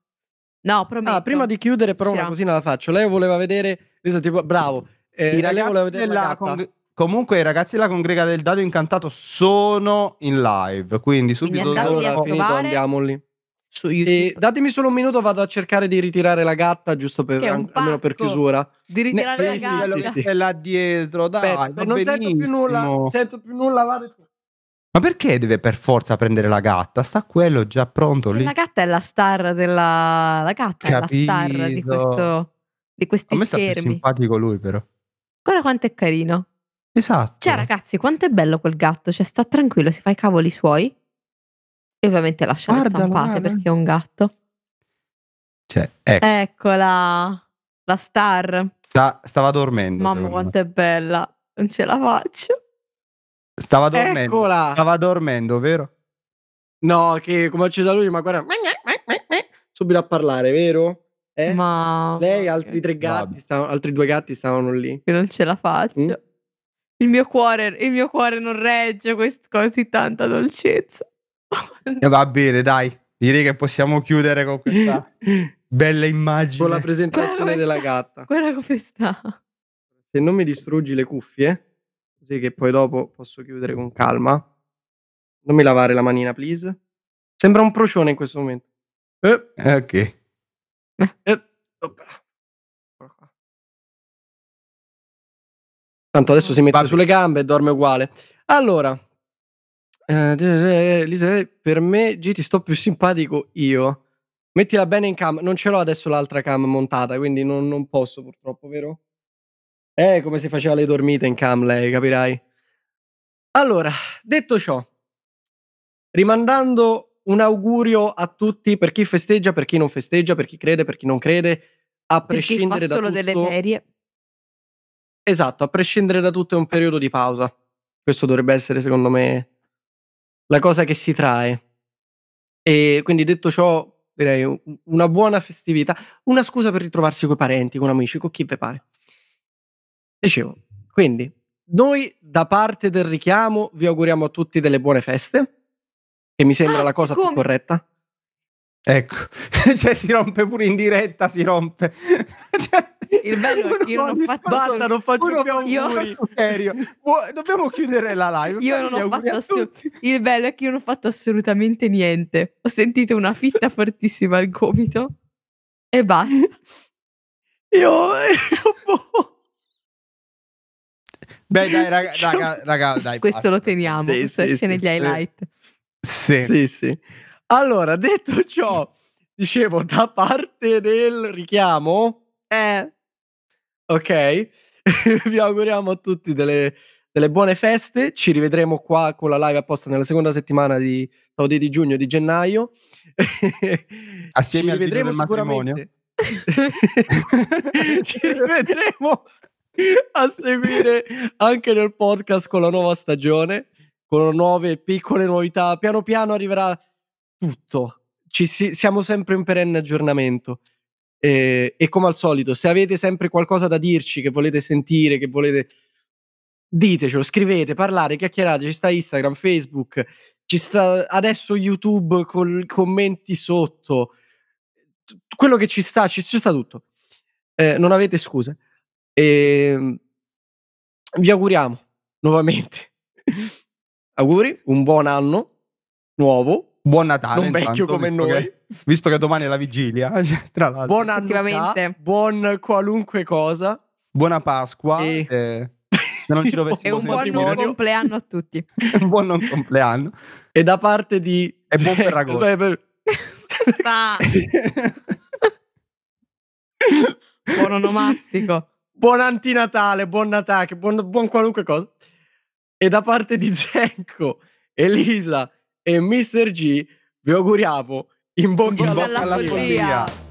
No, prometto. Ah, prima di chiudere, però, una Uscirà. cosina la faccio. Lei voleva vedere. Elisa, tipo, bravo. Eh, I lei voleva ragazzi vedere la della gatta. cong- comunque i ragazzi della congrega del Dado Incantato sono in live, quindi subito... andateli dopo- a Allora, finito, trovare. andiamo lì. su YouTube. E datemi solo un minuto, vado a cercare di ritirare la gatta, giusto per, Che è un an- almeno per pacco. chiusura. Di Ne- ritirare sì, la sì, gatta. quello sì, che è là dietro, dai, Aspetta, va aspetta, non sento più benissimo. nulla, non sento più nulla, vado. Ma perché deve per forza prendere la gatta? Sta quello già pronto lì. La gatta è la star della... La gatta è la star di Capito. questo... Di A questi me sta più schermi. simpatico lui, però. Guarda quanto è carino. Esatto. Mm. Cioè, ragazzi, quanto è bello quel gatto. Cioè, sta tranquillo, si fa i cavoli suoi. E ovviamente lascia Guardalo, le zampate guarda. perché è un gatto. Cioè, Eh. ecco, Eccola, la star. sta- stava dormendo. Mamma, secondo quanto è bella. Non ce la faccio. me. Stava dormendo. Eccola! Stava dormendo, vero? No, che come ha acceso lui, ma guarda, subito a parlare, vero? Eh? Ma Lei e altri Mm. tre Vabbè. <laughs> gatti, stavano- altri due gatti stavano lì. che non ce la faccio. Mm? il mio cuore, il mio cuore non regge quest- così <laughs> tanta dolcezza. Eh, Va bene, dai. Direi che possiamo chiudere con <laughs> questa bella Con la immagine. presentazione Guarda della questa. gatta. Guarda come sta. Se non mi distruggi le cuffie, così che poi dopo posso chiudere con calma. Non mi lavare la manina, please. Sembra un procione in questo momento. Eh, ok. eh, opera. Eccola qua. Tanto adesso si mette Vabbè. sulle gambe e dorme uguale. Allora, eh, eh, eh, Lisa, eh, per me G ti sto più simpatico io. Mettila bene in cam. Non ce l'ho adesso l'altra cam montata, quindi non, non posso purtroppo, vero? Eh, come si faceva le dormite in cam lei, capirai. Allora, detto ciò, rimandando un augurio a tutti per chi festeggia, per chi non festeggia, per chi crede, per chi non crede, a Perché fa prescindere da solo tutto. delle ferie. Esatto, a prescindere da tutto è un periodo di pausa. Questo dovrebbe essere, secondo me, la cosa che si trae. E quindi detto ciò, direi u- una buona festività, una scusa per ritrovarsi coi parenti, con amici, con chi vi pare. Dicevo, quindi, noi da parte del richiamo vi auguriamo a tutti delle buone feste, che mi sembra Ah, la cosa più come? corretta. Ecco, <laughs> cioè si rompe pure in diretta, si rompe. <laughs> Cioè, Il bello è che io non ho uno fatto- discorso- Basta, non faccio uno più fa- auguri. io- discorso serio. Vuo- Dobbiamo chiudere la live. Io Fai non gli ho auguri fatto a assu- tutti. Il bello è che io non ho fatto assolutamente niente. Ho sentito una fitta fortissima al gomito e basta. Io... eh, <laughs> boh. Beh, dai, <laughs> raga, raga, raga, Ah, dai. Questo basta. lo teniamo, Sì, questo sì, Eh, esce sì. negli highlight. Sì. sì, sì. Allora, detto <laughs> ciò, dicevo, da parte del richiamo, Eh, ok, <laughs> vi auguriamo a tutti delle, delle buone feste. Ci rivedremo qua con la live apposta nella seconda settimana di, o di, di giugno, di gennaio. <laughs> Assieme Ci al video rivedremo del matrimonio. sicuramente. <laughs> Ci rivedremo a seguire anche nel podcast con la nuova stagione, con nuove piccole novità. Piano piano arriverà tutto. Ci si- siamo sempre in perenne aggiornamento. E, e come al solito, se avete sempre qualcosa da dirci, che volete sentire, che volete, ditecelo, scrivete, parlate, chiacchierate. Ci sta Instagram, Facebook, ci sta adesso YouTube con commenti sotto. T- Ehm, Quello che ci sta, ci, ci sta tutto. Eh, non avete scuse. E vi auguriamo <laughs> nuovamente. Auguri, un buon anno nuovo, Buon Natale. non vecchio intanto, come visto noi. che- visto che domani è la vigilia, <laughs> cioè, tra l'altro. Buon anno, Effettivamente. buon qualunque cosa. Buona Pasqua. Sì. eh, se <laughs> non ci e dovessimo un buon Matrimonio. <laughs> non sentire, compleanno <laughs> a tutti. un buon non <laughs> compleanno. E da parte di... E <laughs> buon Ferragosto. Cioè, per- Ah, buon onomastico. buon antinatale, buon Natale, buon, buon qualunque cosa. E da parte di Zenko, Elisa e Mr. G vi auguriamo in bocca, bocca alla alla follia. follia. follia.